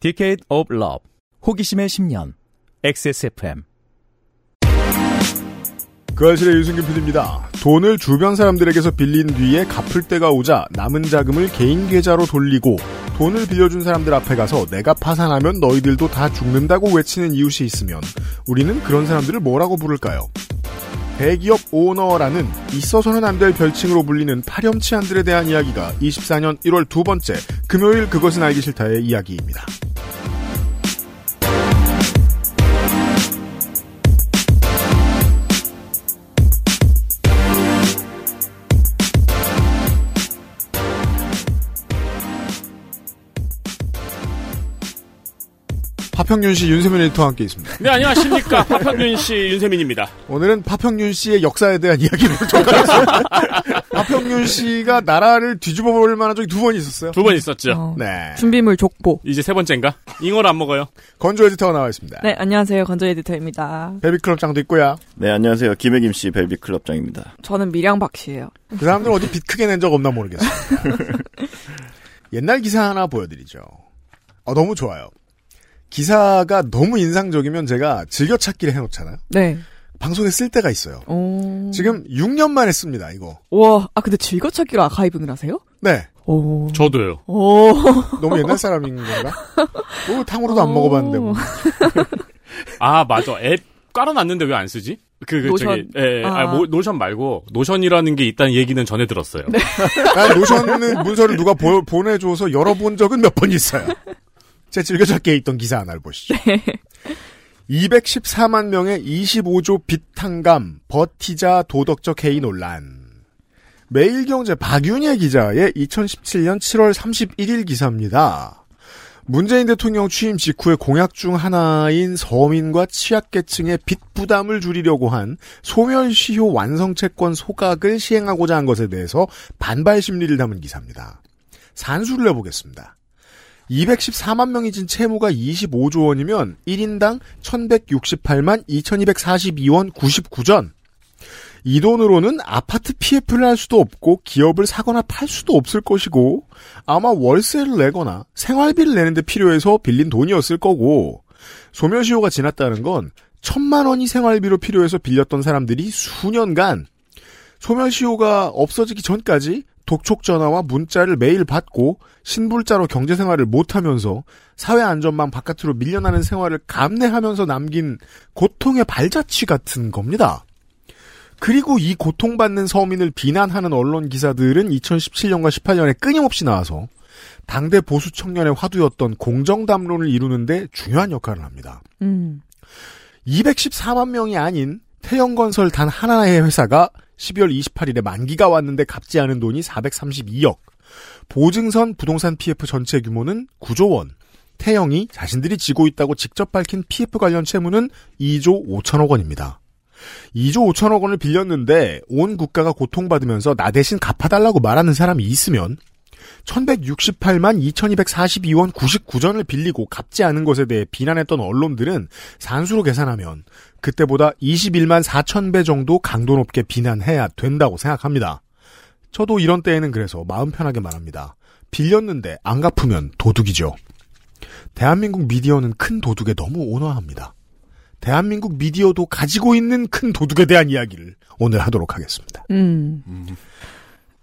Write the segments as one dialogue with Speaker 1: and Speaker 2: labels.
Speaker 1: Decade of Love 호기심의 10년 XSFM
Speaker 2: 그 아실의 유승균 PD입니다. 돈을 주변 사람들에게서 빌린 뒤에 갚을 때가 오자 남은 자금을 개인 계좌로 돌리고 돈을 빌려준 사람들 앞에 가서 내가 파산하면 너희들도 다 죽는다고 외치는 이웃이 있으면 우리는 그런 사람들을 뭐라고 부를까요? 대기업 오너라는 있어서는 안 될 별칭으로 불리는 파렴치한들에 대한 이야기가 24년 1월 두 번째 금요일 그것은 알기 싫다의 이야기입니다. 파평윤 씨, 윤세민 에디터와 함께 있습니다.
Speaker 3: 네, 안녕하십니까. 파평균 씨, 윤세민입니다.
Speaker 2: 오늘은 파평윤 씨의 역사에 대한 이야기를 전달했어요. 파평윤 씨가 나라를 뒤집어 볼 만한 적이 두 번 있었어요.
Speaker 3: 두 번 있었죠.
Speaker 4: 어,
Speaker 2: 네.
Speaker 4: 준비물 족보.
Speaker 3: 이제 세 번째인가? 잉어를 안 먹어요.
Speaker 2: 건조 에디터가 나와 있습니다.
Speaker 4: 네, 안녕하세요. 건조 에디터입니다.
Speaker 2: 베비클럽장도 있고요.
Speaker 5: 네, 안녕하세요. 김혜김 씨, 벨비클럽장입니다.
Speaker 4: 저는 미량박 씨예요.
Speaker 2: 그 사람들은 어디 빚 크게 낸 적 없나 모르겠어요. 옛날 기사 하나 보여드리죠. 어, 너무 좋아요. 기사가 너무 인상적이면 제가 즐겨찾기를 해놓잖아요.
Speaker 4: 네.
Speaker 2: 방송에 쓸 때가 있어요.
Speaker 4: 오.
Speaker 2: 지금 6년만 했습니다, 이거.
Speaker 4: 와, 아 근데 즐거찾기로 아카이빙을 하세요?
Speaker 2: 네.
Speaker 4: 오.
Speaker 3: 저도요.
Speaker 4: 오.
Speaker 2: 너무 옛날 사람인 건가? 뭐, 탕후루도 안 먹어봤는데, 뭐.
Speaker 3: 아, 맞아. 앱 깔아놨는데 왜 안 쓰지? 그, 그, 저기,
Speaker 4: 노션.
Speaker 3: 예, 예. 아,
Speaker 4: 아.
Speaker 3: 모- 노션 말고, 노션이라는 게 있다는 얘기는 전해 들었어요.
Speaker 4: 네,
Speaker 2: 난 노션은 문서를 누가 보, 내줘서 열어본 적은 몇 번 있어요. 제 즐겨찾기에 있던 기사 하나를 보시죠. 214만 명의 25조 빚 탕감, 버티자 도덕적 해이 논란. 매일경제 박윤혜 기자의 2017년 7월 31일 기사입니다. 문재인 대통령 취임 직후의 공약 중 하나인 서민과 취약계층의 빚 부담을 줄이려고 한 소멸시효 완성채권 소각을 시행하고자 한 것에 대해서 반발 심리를 담은 기사입니다. 산수를 해보겠습니다. 214만 명이 진 채무가 25조 원이면 1인당 1168만 2242원 99전. 이 돈으로는 아파트 PF를 할 수도 없고 기업을 사거나 팔 수도 없을 것이고 아마 월세를 내거나 생활비를 내는데 필요해서 빌린 돈이었을 거고 소멸시효가 지났다는 건 천만 원이 생활비로 필요해서 빌렸던 사람들이 수년간 소멸시효가 없어지기 전까지 독촉 전화와 문자를 매일 받고 신불자로 경제 생활을 못하면서 사회 안전망 바깥으로 밀려나는 생활을 감내하면서 남긴 고통의 발자취 같은 겁니다. 그리고 이 고통받는 서민을 비난하는 언론 기사들은 2017년과 18년에 끊임없이 나와서 당대 보수 청년의 화두였던 공정담론을 이루는데 중요한 역할을 합니다.
Speaker 4: 음.
Speaker 2: 214만 명이 아닌 태영건설 단 하나의 회사가 12월 28일에 만기가 왔는데 갚지 않은 돈이 432억. 보증선 부동산 PF 전체 규모는 9조 원. 태영이 자신들이 지고 있다고 직접 밝힌 PF 관련 채무는 2조 5천억 원입니다. 2조 5천억 원을 빌렸는데 온 국가가 고통받으면서 나 대신 갚아달라고 말하는 사람이 있으면 1168만 2242원 99전을 빌리고 갚지 않은 것에 대해 비난했던 언론들은 산수로 계산하면 그때보다 21만 4천 배 정도 강도 높게 비난해야 된다고 생각합니다. 저도 이런 때에는 그래서 마음 편하게 말합니다. 빌렸는데 안 갚으면 도둑이죠. 대한민국 미디어는 큰 도둑에 너무 온화합니다. 대한민국 미디어도 가지고 있는 큰 도둑에 대한 이야기를 오늘 하도록 하겠습니다.
Speaker 4: 음.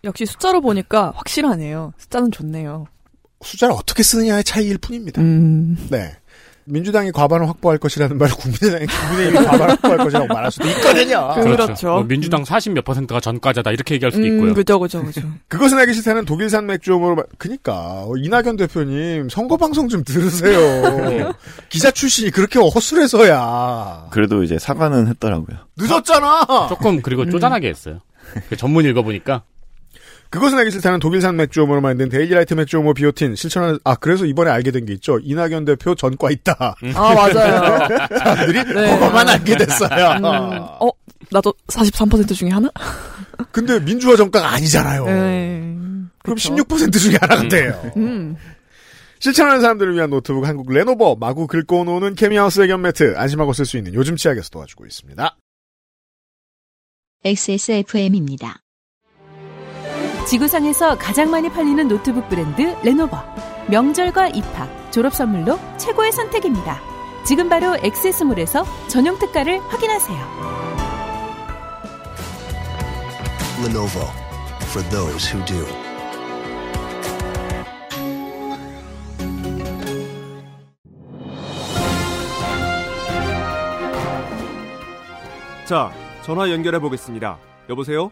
Speaker 4: 역시 숫자로 보니까 확실하네요. 숫자는 좋네요.
Speaker 2: 숫자를 어떻게 쓰느냐의 차이일 뿐입니다.
Speaker 4: 음.
Speaker 2: 네. 민주당이 과반을 확보할 것이라는 말을 국민의당이 국민의힘이 과반을 확보할 것이라고 말할 수도 있거든요.
Speaker 6: 네.
Speaker 4: 그렇죠.
Speaker 3: 뭐 민주당 40 몇 퍼센트가 전과자다. 이렇게 얘기할 수도
Speaker 4: 음,
Speaker 3: 있고요.
Speaker 4: 그죠, 그죠, 그죠.
Speaker 2: 그것은 알기 싫다는 독일산 맥주음으로 마- 그니까 어, 이낙연 대표님 선거 방송 좀
Speaker 4: 네.
Speaker 2: 들으세요. 기자 출신이 그렇게 허술해서야
Speaker 5: 그래도 이제 사과는 했더라고요.
Speaker 2: 늦었잖아.
Speaker 3: 조금, 그리고
Speaker 4: 음.
Speaker 3: 쪼잔하게 했어요. 그 전문 읽어보니까.
Speaker 2: 그것은 알기 싫다는 독일산 맥주음으로 만든 데일리라이트 맥주음호 비오틴 실천하는 아 그래서 이번에 알게 된 게 있죠. 이낙연 대표 전과 있다.
Speaker 4: 아, 맞아요.
Speaker 2: 사람들이
Speaker 4: 네.
Speaker 2: 그것만 알게 됐어요.
Speaker 4: 음, 어, 나도 43% 중에 하나?
Speaker 2: 근데 민주화 정당 아니잖아요.
Speaker 4: 네.
Speaker 2: 그럼
Speaker 4: 그쵸.
Speaker 2: 16% 중에 하나가 돼요.
Speaker 4: 음.
Speaker 2: 실천하는 사람들을 위한 노트북 한국 레노버 마구 긁고 노는 케미하우스 의견 매트 안심하고 쓸 수 있는 요즘 치약에서 도와주고 있습니다.
Speaker 7: XSFM입니다.
Speaker 8: 지구상에서 가장 많이 팔리는 노트북 브랜드 레노버.
Speaker 7: 명절과 입학, 졸업 선물로 최고의 선택입니다. 지금 바로 엑세스몰에서 전용 특가를 확인하세요.
Speaker 8: Lenovo for those who do.
Speaker 9: 자, 전화 연결해 보겠습니다. 여보세요?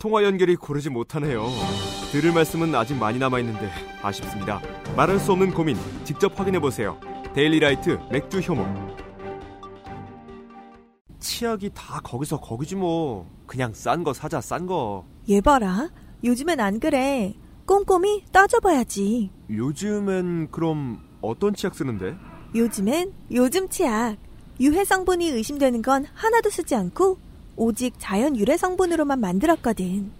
Speaker 9: 통화 연결이 고르지 못하네요. 들을 말씀은 아직 많이 남아 있는데 아쉽습니다. 말할 수 없는 고민 직접 확인해 보세요. 데일리라이트 맥주 효모. 치약이 다 거기서 거기지 뭐. 그냥 싼 거 사자 싼 거.
Speaker 10: 얘 봐라. 요즘엔 안 그래. 꼼꼼히 따져봐야지.
Speaker 9: 요즘엔 그럼 어떤 치약 쓰는데?
Speaker 10: 요즘엔 요즘 치약. 유해 성분이 의심되는 건 하나도 쓰지 않고 오직 자연 유래 성분으로만 만들었거든.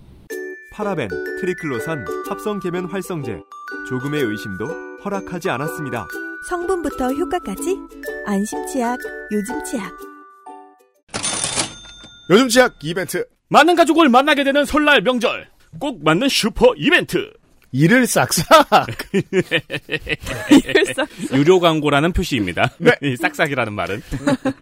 Speaker 9: 파라벤, 트리클로산, 합성 계면 활성제. 조금의 의심도 허락하지 않았습니다.
Speaker 10: 성분부터 효과까지 안심 치약, 요즘 치약.
Speaker 2: 요즘 치약 이벤트.
Speaker 3: 많은 가족을 만나게 되는 설날 명절. 꼭 맞는 슈퍼 이벤트.
Speaker 2: 이를 싹싹.
Speaker 3: 유료 광고라는 표시입니다. 이 싹싹이라는 말은.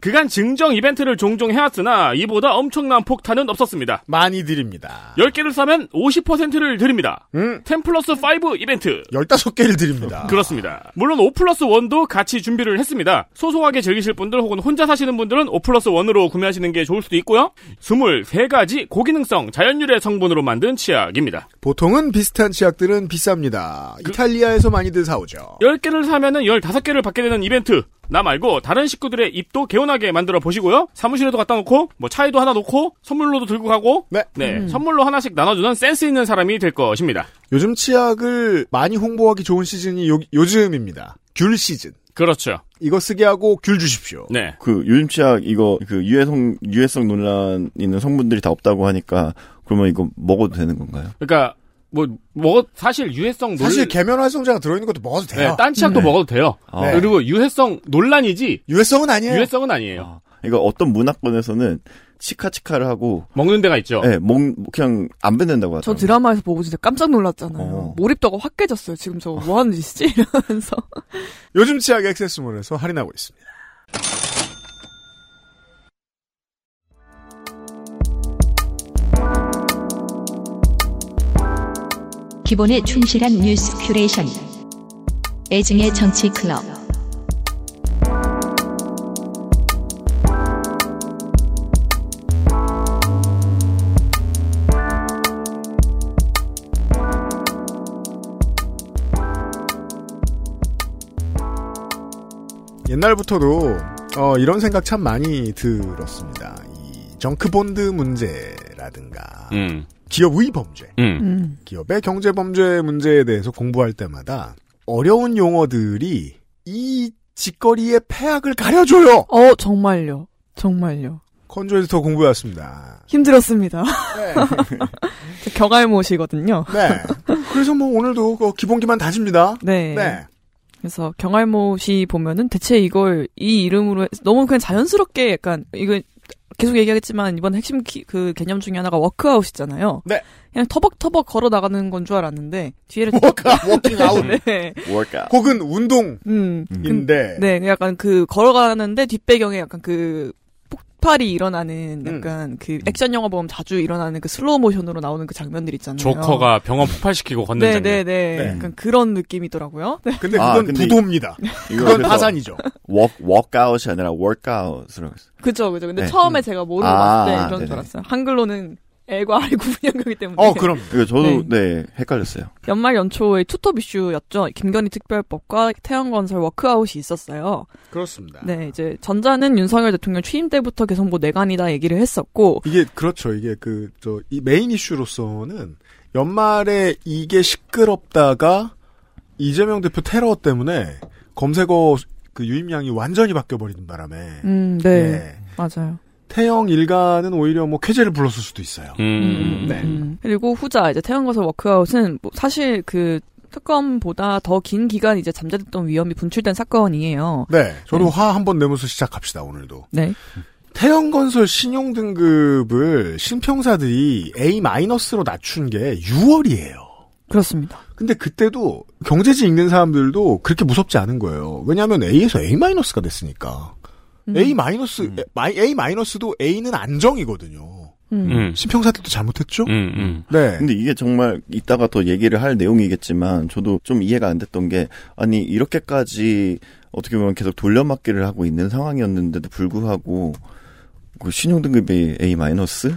Speaker 3: 그간 증정 이벤트를 종종 해왔으나 이보다 엄청난 폭탄은 없었습니다.
Speaker 2: 많이 드립니다.
Speaker 3: 10개를 사면 50%를 드립니다.
Speaker 2: 음.
Speaker 3: 10 플러스 5 이벤트.
Speaker 2: 15개를 드립니다.
Speaker 3: 그렇습니다. 물론 5 플러스 1도 같이 준비를 했습니다. 소소하게 즐기실 분들 혹은 혼자 사시는 분들은 5 플러스 1으로 구매하시는 게 좋을 수도 있고요. 23가지 고기능성 자연유래 성분으로 만든 치약입니다.
Speaker 2: 보통은 비슷한 치약들은 비쌉니다.
Speaker 3: 그-
Speaker 2: 이탈리아에서 많이들 사오죠.
Speaker 3: 10개를 사면은 15개를 받게 되는 이벤트. 나 말고 다른 식구들의 입도 개운하게 만들어 보시고요. 사무실에도 갖다 놓고 뭐 차에도 하나 놓고 선물로도 들고 가고
Speaker 2: 네.
Speaker 3: 선물로 하나씩 나눠주는 센스 있는 사람이 될 것입니다.
Speaker 2: 요즘 치약을 많이 홍보하기 좋은 시즌이 요, 요즘입니다. 귤 시즌.
Speaker 3: 그렇죠.
Speaker 2: 이거 쓰게 하고 귤 주십시오.
Speaker 3: 네.
Speaker 5: 그 요즘 치약 이거 그 유해성 유해성 논란 있는 성분들이 다 없다고 하니까 그러면 이거 먹어도 되는 건가요?
Speaker 3: 그러니까 뭐 먹어 사실 유해성 논
Speaker 2: 사실 계면 활성제가 들어있는 것도 먹어도 돼요.
Speaker 3: 네, 딴 치약도
Speaker 5: 네.
Speaker 3: 먹어도 돼요.
Speaker 5: 아.
Speaker 3: 그리고 유해성 논란이지
Speaker 2: 유해성은 아니에요.
Speaker 3: 유해성은 아니에요.
Speaker 5: 아, 이거 어떤 문화권에서는 치카치카를 하고
Speaker 3: 먹는 데가 있죠.
Speaker 2: 어.
Speaker 5: 예, 먹 그냥 안 뱉는다고
Speaker 4: 저
Speaker 5: 하더라고요.
Speaker 4: 드라마에서 보고 진짜 깜짝 놀랐잖아요.
Speaker 5: 어.
Speaker 4: 몰입도가 확 깨졌어요. 지금 저 뭐 하는 짓이지? 이러면서.
Speaker 2: 요즘 치약 액세스몰에서 할인하고 있습니다.
Speaker 11: 기본에 충실한 뉴스 큐레이션. 애증의 정치 클럽.
Speaker 2: 옛날부터도 어, 이런 생각 참 많이 들었습니다. 이 정크 본드 문제라든가
Speaker 3: 음,
Speaker 2: 기업의 범죄,
Speaker 3: 음,
Speaker 2: 기업의 경제 범죄 문제에 대해서 공부할 때마다 어려운 용어들이 이 짓거리의 폐악을 가려줘요.
Speaker 4: 어, 정말요. 정말요.
Speaker 2: 컨조 에디터 공부해왔습니다.
Speaker 4: 힘들었습니다.
Speaker 2: 네.
Speaker 4: 저 경알못이거든요.
Speaker 2: 네. 그래서 뭐 오늘도 그 기본기만 다집니다.
Speaker 4: 네.
Speaker 2: 네.
Speaker 4: 그래서 경알못이 보면은 대체 이걸 이 이름으로 해- 너무 그냥 자연스럽게 약간 이거 계속 얘기하겠지만 이번 핵심 키- 그 개념 중에 하나가 워크아웃이잖아요.
Speaker 2: 네.
Speaker 4: 그냥 터벅터벅 걸어 나가는 건 줄 알았는데 뒤에를
Speaker 2: 워크아, 워킹아웃.
Speaker 4: 네.
Speaker 5: 워크아웃.
Speaker 2: 혹은 운동인데.
Speaker 4: 음. 네, 약간 그 걸어가는데 뒷배경에 약간 그 폭발이 일어나는
Speaker 2: 음.
Speaker 4: 약간 그 액션 영화 보면 자주 일어나는 그 슬로우 모션으로 나오는 그 장면들 있잖아요.
Speaker 3: 조커가 병원 폭발시키고 걷는
Speaker 4: 네,
Speaker 3: 장면.
Speaker 4: 네, 네.
Speaker 2: 네.
Speaker 4: 약간 그런 느낌이더라고요. 네.
Speaker 2: 근데 그건
Speaker 5: 아, 근데 이-
Speaker 2: 부도입니다.
Speaker 5: 이거
Speaker 2: 그건
Speaker 5: 그래서
Speaker 2: 파산이죠.
Speaker 5: 워크 워크아웃이 아니라 워크아웃으로 했어요.
Speaker 4: 그죠, 그죠. 근데
Speaker 5: 네.
Speaker 4: 처음에 제가 모르고
Speaker 5: 아,
Speaker 4: 봤을 때 이런
Speaker 5: 네네.
Speaker 4: 줄 알았어요. 한글로는 L과 R이 구분한 거기 때문에.
Speaker 2: 어, 그럼.
Speaker 5: 이거 저도 네, 헷갈렸어요.
Speaker 4: 연말 연초에 투톱 이슈였죠. 김건희 특별법과 태양건설 워크아웃이 있었어요.
Speaker 2: 그렇습니다.
Speaker 5: 아.
Speaker 4: 네, 이제 전자는 윤석열 대통령 취임 때부터 계속 뭐 내간이다 얘기를 했었고,
Speaker 2: 이게 그렇죠. 이게 그 저 이 메인 이슈로서는 연말에 이게 시끄럽다가 이재명 대표 테러 때문에 검색어 그 유입량이 완전히 바뀌어버리는 바람에
Speaker 4: 음, 네.
Speaker 2: 예.
Speaker 4: 맞아요.
Speaker 2: 태영 일가는 오히려 뭐 쾌재를 불렀을 수도 있어요.
Speaker 3: 음.
Speaker 2: 네.
Speaker 4: 음. 그리고 후자 이제 태양거설 워크아웃은 뭐 사실 그 특검보다 더 긴 기간 이제 잠재됐던 위험이 분출된 사건이에요.
Speaker 2: 네, 저도
Speaker 4: 네.
Speaker 2: 화 한 번 내면서 시작합시다 오늘도.
Speaker 4: 네.
Speaker 2: 태영건설 신용등급을 신평사들이 A-로 낮춘 게 6월이에요.
Speaker 4: 그렇습니다.
Speaker 2: 근데 그때도 경제지 읽는 사람들도 그렇게 무섭지 않은 거예요. 왜냐하면 A에서 A-가 됐으니까.
Speaker 4: 음.
Speaker 2: A- A-도 A는 안정이거든요.
Speaker 4: 음.
Speaker 2: 신평사들도 잘못했죠?
Speaker 3: 음.
Speaker 2: 네.
Speaker 5: 근데 이게 정말 이따가 더 얘기를 할 내용이겠지만 저도 좀 이해가 안 됐던 게 아니 이렇게까지 어떻게 보면 계속 돌려막기를 하고 있는 상황이었는데도 불구하고 그 신용등급이 A 마이너스?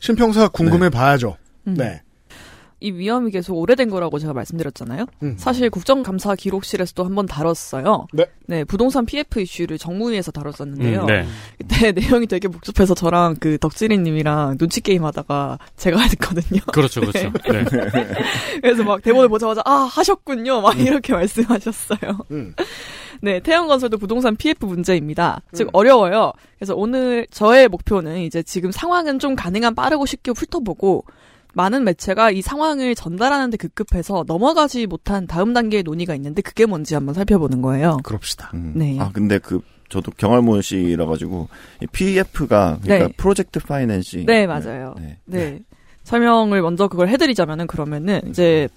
Speaker 2: 신평사 궁금해 봐야죠.
Speaker 4: 음.
Speaker 2: 네.
Speaker 4: 이 위험이 계속 오래된 거라고 제가 말씀드렸잖아요.
Speaker 2: 음.
Speaker 4: 사실 국정감사 기록실에서도 한번 다뤘어요.
Speaker 2: 네.
Speaker 4: 부동산 PF 이슈를 정무위에서 다뤘었는데요.
Speaker 3: 음, 네.
Speaker 4: 그때 내용이 되게 복잡해서 저랑 그 덕질이님이랑 눈치 게임 하다가 제가 했거든요.
Speaker 3: 그렇죠, 그렇죠. 네.
Speaker 4: 그래서 막 대본을 보자마자 아 하셨군요. 막 이렇게 말씀하셨어요.
Speaker 2: 음.
Speaker 4: 네, 태양건설도 부동산 PF 문제입니다. 즉 어려워요. 그래서 오늘 저의 목표는 이제 지금 상황은 좀 가능한 빠르고 쉽게 훑어보고 많은 매체가 이 상황을 전달하는데 급급해서 넘어가지 못한 다음 단계의 논의가 있는데 그게 뭔지 한번 살펴보는 거예요.
Speaker 2: 그럽시다.
Speaker 5: 음.
Speaker 4: 네.
Speaker 5: 아 근데 그 저도 경할모 씨라 가지고 PF가 그러니까
Speaker 4: 네.
Speaker 5: 프로젝트 파이낸싱.
Speaker 4: 네, 맞아요.
Speaker 5: 네.
Speaker 4: 네. 설명을 먼저 그걸 해드리자면은 그러면은 이제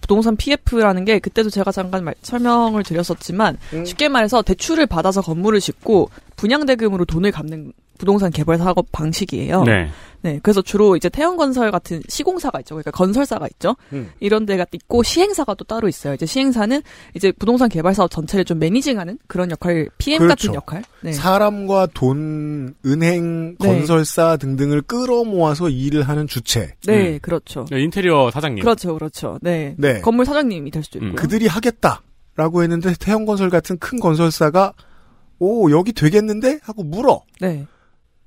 Speaker 4: 부동산 PF라는 게 그때도 제가 잠깐 말- 설명을 드렸었지만
Speaker 2: 음.
Speaker 4: 쉽게 말해서 대출을 받아서 건물을 짓고 분양대금으로 돈을 갚는 부동산 개발 사업 방식이에요.
Speaker 3: 네.
Speaker 4: 네, 그래서 주로 이제 태형건설 같은 시공사가 있죠. 그러니까 건설사가 있죠.
Speaker 2: 음.
Speaker 4: 이런 데가 있고 시행사가 또 따로 있어요. 이제 시행사는 이제 부동산 개발 사업 전체를 좀 매니징하는 그런 역할, PM
Speaker 2: 그렇죠.
Speaker 4: 같은 역할. 네.
Speaker 2: 사람과 돈, 은행,
Speaker 4: 네.
Speaker 2: 건설사 등등을 끌어모아서 일을 하는 주체.
Speaker 4: 네, 그렇죠.
Speaker 3: 네, 인테리어 사장님.
Speaker 4: 그렇죠, 그렇죠. 네.
Speaker 2: 음. 네.
Speaker 4: 건물 사장님이 될 수도
Speaker 3: 음.
Speaker 4: 있고요.
Speaker 2: 그들이 하겠다라고 했는데 태형건설 같은 큰 건설사가 오 여기 되겠는데 하고 물어.
Speaker 4: 네.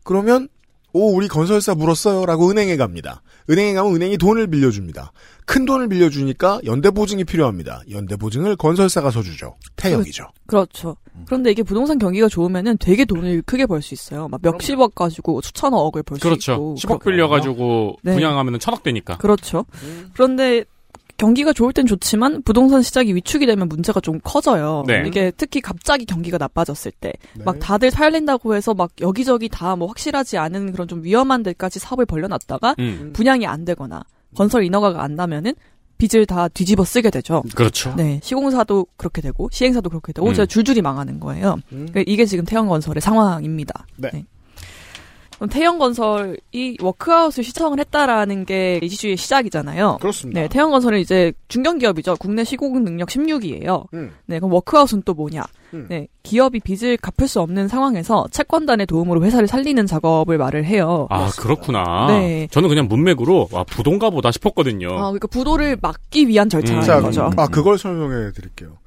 Speaker 2: 그러면 오 우리 건설사 물었어요라고 은행에 갑니다. 은행에 가면 은행이 돈을 빌려줍니다. 큰 돈을 빌려주니까 연대 보증이 필요합니다. 연대 보증을 건설사가 서주죠. 태형이죠.
Speaker 4: 그렇죠.
Speaker 3: 음.
Speaker 4: 그런데 이게 부동산 경기가 좋으면은 되게 돈을 크게 벌 수 있어요. 막 몇십억 가지고 수천억을 벌 수
Speaker 3: 그렇죠.
Speaker 4: 있고.
Speaker 3: 10억 빌려가지고 음.
Speaker 4: 네.
Speaker 3: 분양하면 천억 되니까.
Speaker 4: 그렇죠. 그런데 경기가 좋을 땐 좋지만 부동산 시장이 위축이 되면 문제가 좀 커져요.
Speaker 3: 네.
Speaker 4: 이게 특히 갑자기 경기가 나빠졌을 때 막
Speaker 2: 네.
Speaker 4: 다들 살린다고 해서 막 여기저기 다 뭐 확실하지 않은 그런 좀 위험한 데까지 사업을 벌려놨다가
Speaker 3: 음.
Speaker 4: 분양이 안 되거나 건설 인허가가 안 나면은 빚을 다 뒤집어 쓰게 되죠.
Speaker 3: 그렇죠.
Speaker 4: 네, 시공사도 그렇게 되고 시행사도 그렇게 되고
Speaker 3: 음.
Speaker 4: 제가 줄줄이 망하는 거예요.
Speaker 2: 음.
Speaker 4: 그러니까 이게 지금 태형건설의 상황입니다.
Speaker 2: 네.
Speaker 4: 그럼 태형건설이 워크아웃을 시청을 했다라는 게 이슈의 시작이잖아요.
Speaker 2: 그렇습니다.
Speaker 4: 네, 태형건설은 이제 중견기업이죠. 국내 시공 능력 16위예요.
Speaker 2: 음.
Speaker 4: 네, 그럼 워크아웃은 또 뭐냐?
Speaker 2: 음.
Speaker 4: 네, 기업이 빚을 갚을 수 없는 상황에서 채권단의 도움으로 회사를 살리는 작업을 말을 해요.
Speaker 3: 아, 그렇구나.
Speaker 4: 네.
Speaker 3: 저는 그냥 문맥으로, 와, 부동가 보다 싶었거든요.
Speaker 4: 아, 그러니까 부도를 막기 위한 절차인
Speaker 3: 음.
Speaker 2: 자,
Speaker 4: 거죠.
Speaker 2: 아 그걸 설명해 드릴게요.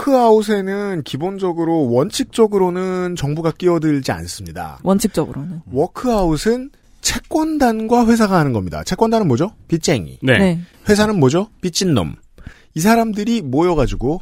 Speaker 2: 워크아웃에는 기본적으로 원칙적으로는 정부가 끼어들지 않습니다.
Speaker 4: 원칙적으로는.
Speaker 2: 음. 워크아웃은 채권단과 회사가 하는 겁니다. 채권단은 뭐죠? 빚쟁이.
Speaker 3: 네.
Speaker 4: 네.
Speaker 2: 회사는 뭐죠? 빚진 놈. 이 사람들이 모여가지고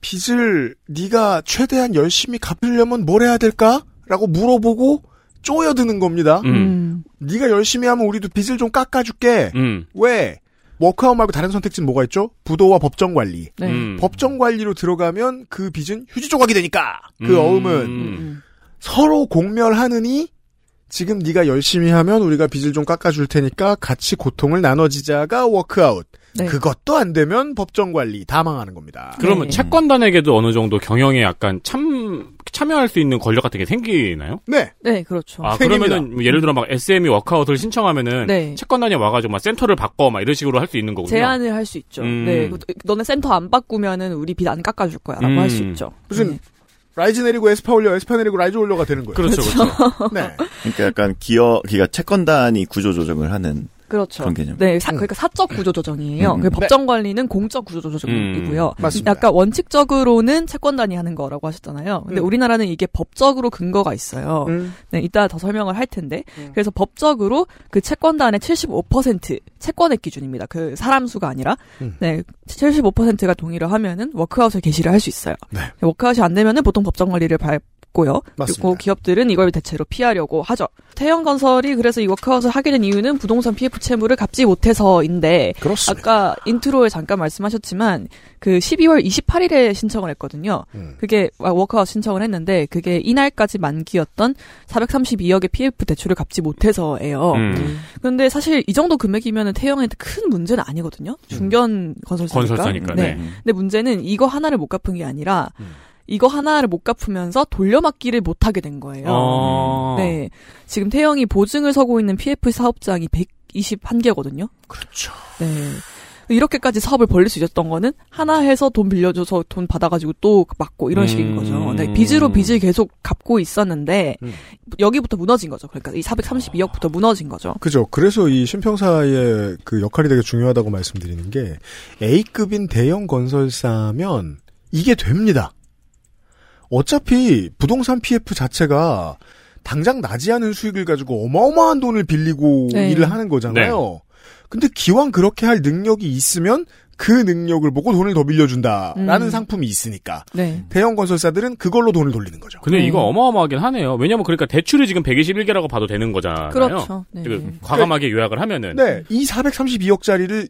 Speaker 2: 빚을 네가 최대한 열심히 갚으려면 뭘 해야 될까? 라고 물어보고 쪼여드는 겁니다.
Speaker 3: 음.
Speaker 2: 네가 열심히 하면 우리도 빚을 좀 깎아줄게.
Speaker 3: 음.
Speaker 2: 왜? 워크아웃 말고 다른 선택지는 뭐가 있죠? 부도와 법정 관리.
Speaker 4: 네.
Speaker 3: 음.
Speaker 2: 법정 관리로 들어가면 그 빚은 휴지 조각이 되니까. 그
Speaker 3: 음.
Speaker 2: 어음은
Speaker 4: 음.
Speaker 2: 서로 공멸하느니 지금 네가 열심히 하면 우리가 빚을 좀 깎아줄 테니까 같이 고통을 나눠지자가 워크아웃.
Speaker 4: 네.
Speaker 2: 그것도 안 되면 법정 관리 다 망하는 겁니다.
Speaker 3: 그러면
Speaker 4: 네.
Speaker 3: 채권단에게도 어느 정도 경영에 약간 참, 참여할 수 있는 권력 같은 게 생기나요?
Speaker 2: 네,
Speaker 4: 네, 그렇죠.
Speaker 3: 아,
Speaker 2: 생깁니다.
Speaker 3: 그러면은, 뭐 예를 들어 막 SM이 워크아웃을 신청하면은,
Speaker 4: 음. 네.
Speaker 3: 채권단이 와가지고 막 센터를 바꿔, 막 이런 식으로 할 수 있는 거군요.
Speaker 4: 제한을 할 수 있죠.
Speaker 3: 음.
Speaker 4: 네, 그- 너네 센터 안 바꾸면은 우리 빚 안 깎아줄 거야라고
Speaker 3: 음.
Speaker 4: 할 수 있죠.
Speaker 2: 무슨
Speaker 4: 네.
Speaker 2: 라이즈 내리고 에스파 올려, 에스파 내리고 라이즈 올려가 되는 거예요.
Speaker 3: 그렇죠, 그렇죠.
Speaker 2: 네,
Speaker 5: 그러니까 약간 기업, 그러니까 채권단이 구조 조정을 하는
Speaker 4: 그렇죠.
Speaker 5: 그런 개념.
Speaker 4: 네,
Speaker 2: 음.
Speaker 4: 사- 그러니까 사적 구조 조정이에요.
Speaker 2: 네.
Speaker 5: 음, 음.
Speaker 4: 그 법정 관리는 공적 구조 조정이고요.
Speaker 2: 음, 맞습니다.
Speaker 4: 약간 원칙적으로는 채권단이 하는 거라고 하셨잖아요. 근데
Speaker 2: 음.
Speaker 4: 우리나라는 이게 법적으로 근거가 있어요.
Speaker 2: 음.
Speaker 4: 네, 이따 더 설명을 할 텐데. 그래서 법적으로 그 채권단의 75% 채권액 기준입니다. 그 사람 수가 아니라.
Speaker 2: 음.
Speaker 4: 네, 75%가 동의를 하면은 워크아웃을 개시를 할 수 있어요. 워크아웃이 안 되면은 보통 법정 관리를 밟고요.
Speaker 2: 네. 맞습니다.
Speaker 4: 그리고 기업들은 이걸 대체로 피하려고 하죠. 태영건설이 그래서 이 워크아웃을 하게 된 이유는 부동산 PF 채무를 갚지 못해서인데
Speaker 2: 그렇습니다.
Speaker 4: 아까 인트로에 잠깐 말씀하셨지만 그 12월 28일에 신청을 했거든요.
Speaker 2: 음.
Speaker 4: 그게 아, 워크아웃 신청을 했는데 그게 이날까지 만기였던 432억의 PF 대출을 갚지 못해서예요.
Speaker 3: 음.
Speaker 4: 근데 사실 이 정도 금액이면 태영한테 큰 문제는 아니거든요. 중견 건설사니까.
Speaker 3: 건설사니까, 네.
Speaker 4: 근데 문제는 이거 하나를 못 갚은 게 아니라 이거 하나를 못 갚으면서 돌려막기를 못 하게 된 거예요.
Speaker 3: 어.
Speaker 4: 네. 지금 태영이 보증을 서고 있는 PF 사업장이 121개거든요.
Speaker 2: 그렇죠.
Speaker 4: 네. 이렇게까지 사업을 벌릴 수 있었던 거는 하나 해서 돈 빌려줘서 돈 받아가지고 또 막고 이런
Speaker 3: 음.
Speaker 4: 식인 거죠. 네, 빚으로 빚을 계속 갚고 있었는데
Speaker 2: 음.
Speaker 4: 여기부터 무너진 거죠. 그러니까 이 432억부터 무너진 거죠.
Speaker 2: 그죠. 그래서 이 신평사의 그 역할이 되게 중요하다고 말씀드리는 게 A급인 대형 건설사면 이게 됩니다. 어차피 부동산 PF 자체가 당장 나지 않은 수익을 가지고 어마어마한 돈을 빌리고
Speaker 4: 네.
Speaker 2: 일을 하는 거잖아요. 근데 기왕 그렇게 할 능력이 있으면 그 능력을 보고 돈을 더 빌려준다라는
Speaker 4: 음.
Speaker 2: 상품이 있으니까
Speaker 4: 네.
Speaker 2: 대형 건설사들은 그걸로 돈을 돌리는 거죠.
Speaker 3: 근데
Speaker 4: 네.
Speaker 3: 이거 어마어마하긴 하네요. 왜냐면 그러니까 대출이 지금 121개라고 봐도 되는 거잖아요.
Speaker 4: 그렇죠. 네.
Speaker 3: 이거 과감하게 요약을 하면은
Speaker 2: 네, 이 432억짜리를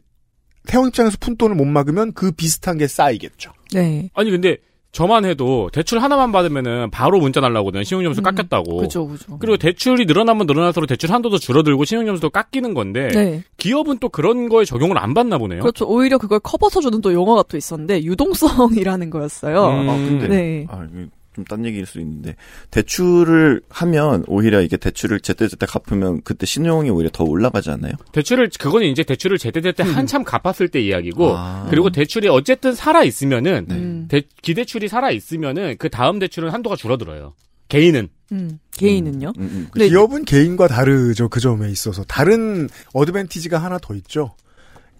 Speaker 2: 태형 입장에서 푼 돈을 못 막으면 그 비슷한 게 쌓이겠죠.
Speaker 4: 네.
Speaker 3: 아니 근데 저만 해도 대출 하나만 받으면은 바로 문자 날라오거든. 신용점수
Speaker 4: 음.
Speaker 3: 깎였다고.
Speaker 4: 그죠, 그죠.
Speaker 3: 그리고 대출이 늘어나면 늘어날수록 대출 한도도 줄어들고 신용점수도 깎이는 건데
Speaker 4: 네.
Speaker 3: 기업은 또 그런 거에 적용을 안 받나 보네요.
Speaker 4: 그렇죠. 오히려 그걸 커버서 주는 또 용어가 또 있었는데 유동성이라는 거였어요.
Speaker 3: 음.
Speaker 5: 아, 근데
Speaker 4: 네.
Speaker 5: 아, 좀 딴 얘기일 수 있는데 대출을 하면 오히려 이게 대출을 제때제때 갚으면 그때 신용이 오히려 더 올라가지 않나요?
Speaker 3: 대출을 그건 이제 대출을 제때제때
Speaker 4: 음.
Speaker 3: 한참 갚았을 때 이야기고
Speaker 5: 아.
Speaker 3: 그리고 대출이 어쨌든 살아 있으면은
Speaker 2: 네.
Speaker 4: 음.
Speaker 3: 대- 기대출이 살아 있으면은 그 다음 대출은 한도가 줄어들어요. 개인은
Speaker 2: 네.
Speaker 4: 음. 개인은요?
Speaker 5: 음, 음.
Speaker 4: 근데
Speaker 2: 그 기업은 개인과 다르죠. 그 점에 있어서 다른 어드밴티지가 하나 더 있죠.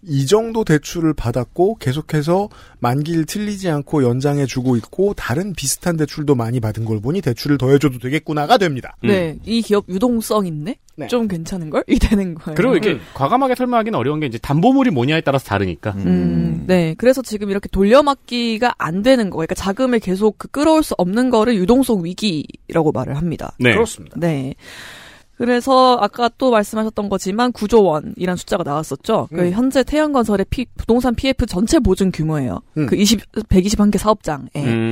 Speaker 2: 이 정도 대출을 받았고 계속해서 만기를 틀리지 않고 연장해 주고 있고 다른 비슷한 대출도 많이 받은 걸 보니 대출을 더 해줘도 되겠구나가 됩니다.
Speaker 3: 음.
Speaker 4: 네, 이 기업 유동성 있네?
Speaker 2: 네.
Speaker 4: 좀 괜찮은 걸? 이 되는 거예요.
Speaker 3: 그리고 이게 과감하게 설명하기는 어려운 게 이제 담보물이 뭐냐에 따라서 다르니까.
Speaker 4: 음, 네. 그래서 지금 이렇게 돌려막기가 안 되는 거, 그러니까 자금을 계속 그 끌어올 수 없는 거를 유동성 위기라고 말을 합니다.
Speaker 3: 네.
Speaker 2: 그렇습니다.
Speaker 4: 네. 그래서 아까 또 말씀하셨던 거지만 9조 원이라는 숫자가 나왔었죠.
Speaker 2: 음.
Speaker 4: 그 현재 태양건설의 피- 부동산 PF 전체 보증 규모예요.
Speaker 2: 음.
Speaker 4: 그 20, 121개 사업장에.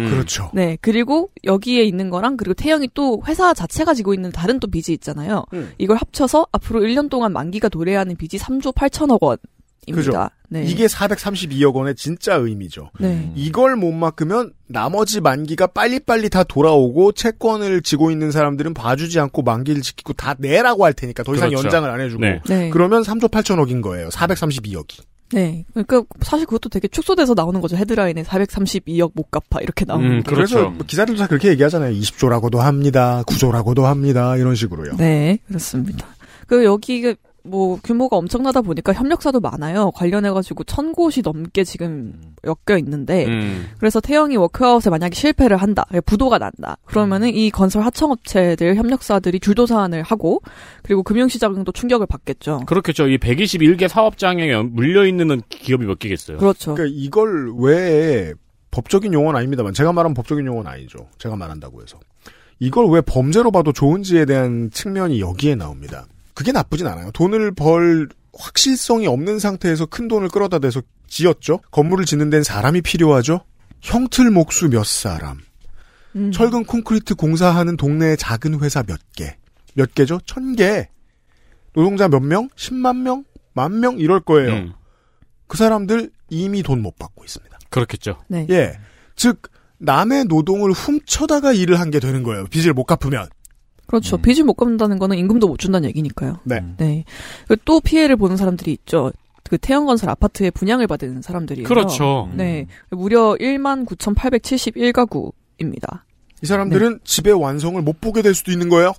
Speaker 2: 그렇죠.
Speaker 4: 네, 그리고 여기에 있는 거랑 그리고 태영이 또 회사 자체가 지고 있는 다른 또 빚이 있잖아요.
Speaker 2: 음.
Speaker 4: 이걸 합쳐서 앞으로 1년 동안 만기가 도래하는 빚이 3조 8천억
Speaker 2: 그죠.
Speaker 4: 원입니다. 네.
Speaker 2: 이게 432억 원의 진짜 의미죠.
Speaker 4: 네.
Speaker 2: 이걸 못 막으면 나머지 만기가 빨리빨리 다 돌아오고 채권을 지고 있는 사람들은 봐주지 않고 만기를 지키고 다 내라고 할 테니까 더 이상
Speaker 3: 그렇죠.
Speaker 2: 연장을 안 해주고
Speaker 3: 네.
Speaker 4: 네.
Speaker 2: 그러면 3조 8천억인 거예요. 432억이.
Speaker 4: 네. 그러니까 사실 그것도 되게 축소돼서 나오는 거죠. 헤드라인에 432억 못 갚아 이렇게 나오는.
Speaker 3: 음,
Speaker 2: 그래서
Speaker 3: 그렇죠.
Speaker 2: 뭐 기사들도 다 그렇게 얘기하잖아요. 20조라고도 합니다. 9조라고도 합니다. 이런 식으로요.
Speaker 4: 네, 그렇습니다. 그 여기 뭐 규모가 엄청나다 보니까 협력사도 많아요. 관련해 가지고 천 곳이 넘게 지금 엮여 있는데
Speaker 3: 음.
Speaker 4: 그래서 태영이 워크아웃에 만약에 실패를 한다, 부도가 난다. 그러면은 이 건설 하청업체들 협력사들이 주도 사안을 하고 그리고 금융시장도 충격을 받겠죠.
Speaker 3: 그렇겠죠. 이 121개 사업장에 물려 있는 기업이 몇 개겠어요.
Speaker 4: 그렇죠.
Speaker 2: 그러니까 이걸 왜 법적인 용어는 아닙니다만 제가 말하면 법적인 용어는 아니죠. 제가 말한다고 해서. 이걸 왜 범죄로 봐도 좋은지에 대한 측면이 여기에 나옵니다. 그게 나쁘진 않아요. 돈을 벌 확실성이 없는 상태에서 큰 돈을 끌어다 대서 지었죠. 건물을 짓는 데는 사람이 필요하죠. 형틀 목수 몇 사람.
Speaker 4: 음.
Speaker 2: 철근 콘크리트 공사하는 동네의 작은 회사 몇 개. 몇 개죠? 천 개. 노동자 몇 명? 10만 명? 만 명? 이럴 거예요.
Speaker 3: 음.
Speaker 2: 그 사람들 이미 돈 못 받고 있습니다.
Speaker 3: 그렇겠죠.
Speaker 4: 네.
Speaker 2: 예. 즉, 남의 노동을 훔쳐다가 일을 한 게 되는 거예요. 빚을 못 갚으면.
Speaker 4: 그렇죠. 빚을 못 갚는다는 거는 임금도 못 준다는 얘기니까요.
Speaker 2: 네.
Speaker 4: 네. 그리고 또 피해를 보는 사람들이 있죠. 그 태영건설 아파트에 분양을 받은 사람들이에요.
Speaker 3: 그렇죠.
Speaker 4: 네.
Speaker 2: 음.
Speaker 4: 무려 1만 9,871가구입니다.
Speaker 2: 네. 이 사람들은 집의 완성을 못 보게 될 수도 있는 거예요.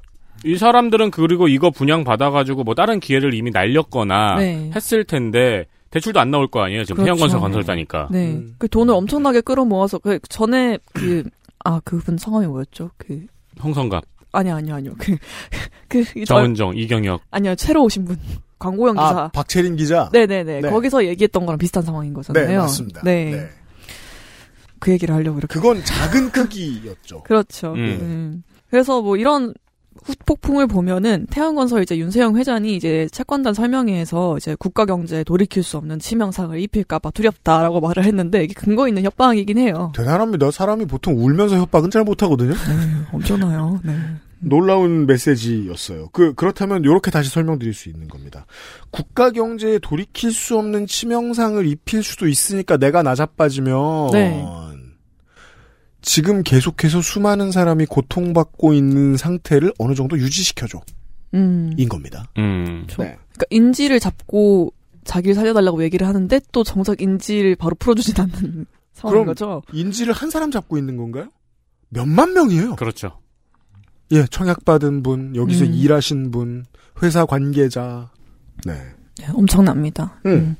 Speaker 3: 이 사람들은 그리고 이거 분양 받아가지고 뭐 다른 기회를 이미 날렸거나
Speaker 4: 네.
Speaker 3: 했을 텐데 대출도 안 나올 거 아니에요. 지금
Speaker 4: 그렇죠.
Speaker 3: 태양건설
Speaker 2: 아,
Speaker 3: 건설사니까.
Speaker 4: 네.
Speaker 2: 음.
Speaker 4: 그 돈을 엄청나게 끌어모아서 그 전에 그 아, 그분 성함이 뭐였죠? 그
Speaker 3: 홍성갑,
Speaker 4: 아니 아니요 아니요. 그 그 이 절-
Speaker 3: 정은정, 이경혁.
Speaker 4: 아니요. 채로 오신 분. 광고형 기사.
Speaker 2: 아, 박채린 기자.
Speaker 4: 네네네.
Speaker 2: 네.
Speaker 4: 거기서 얘기했던 거랑 비슷한 상황인 거잖아요.
Speaker 2: 네, 맞습니다.
Speaker 4: 네.
Speaker 2: 네.
Speaker 4: 그 얘기를 하려고 이렇게.
Speaker 2: 그건 작은 크기였죠.
Speaker 4: 그렇죠.
Speaker 3: 음.
Speaker 4: 음. 그래서 뭐 이런 후폭풍을 보면은 태양건설 이제 윤세영 회장이 이제 채권단 설명회에서 이제 국가 경제에 돌이킬 수 없는 치명상을 입힐까봐 두렵다라고 말을 했는데 이게 근거 있는 협박이긴 해요.
Speaker 2: 대단합니다. 사람이 보통 울면서 협박은 잘 못하거든요.
Speaker 4: 엄청나요. 네.
Speaker 2: 놀라운 메시지였어요. 그 그렇다면 이렇게 다시 설명드릴 수 있는 겁니다. 국가 경제에 돌이킬 수 없는 치명상을 입힐 수도 있으니까 내가 나자빠지면
Speaker 4: 네.
Speaker 2: 지금 계속해서 수많은 사람이 고통받고 있는 상태를 어느 정도 유지시켜줘
Speaker 4: 음.
Speaker 2: 인 겁니다.
Speaker 3: 음.
Speaker 2: 네.
Speaker 4: 그러니까 인지를 잡고 자기를 살려달라고 얘기를 하는데 또 정작 인지를 바로 풀어주진 않는 상황인
Speaker 2: 그럼
Speaker 4: 거죠.
Speaker 2: 인지를 한 사람 잡고 있는 건가요? 몇만 명이에요.
Speaker 3: 그렇죠.
Speaker 2: 예, 청약받은 분, 여기서
Speaker 4: 음.
Speaker 2: 일하신 분, 회사 관계자. 네.
Speaker 4: 네, 엄청납니다.
Speaker 2: 음.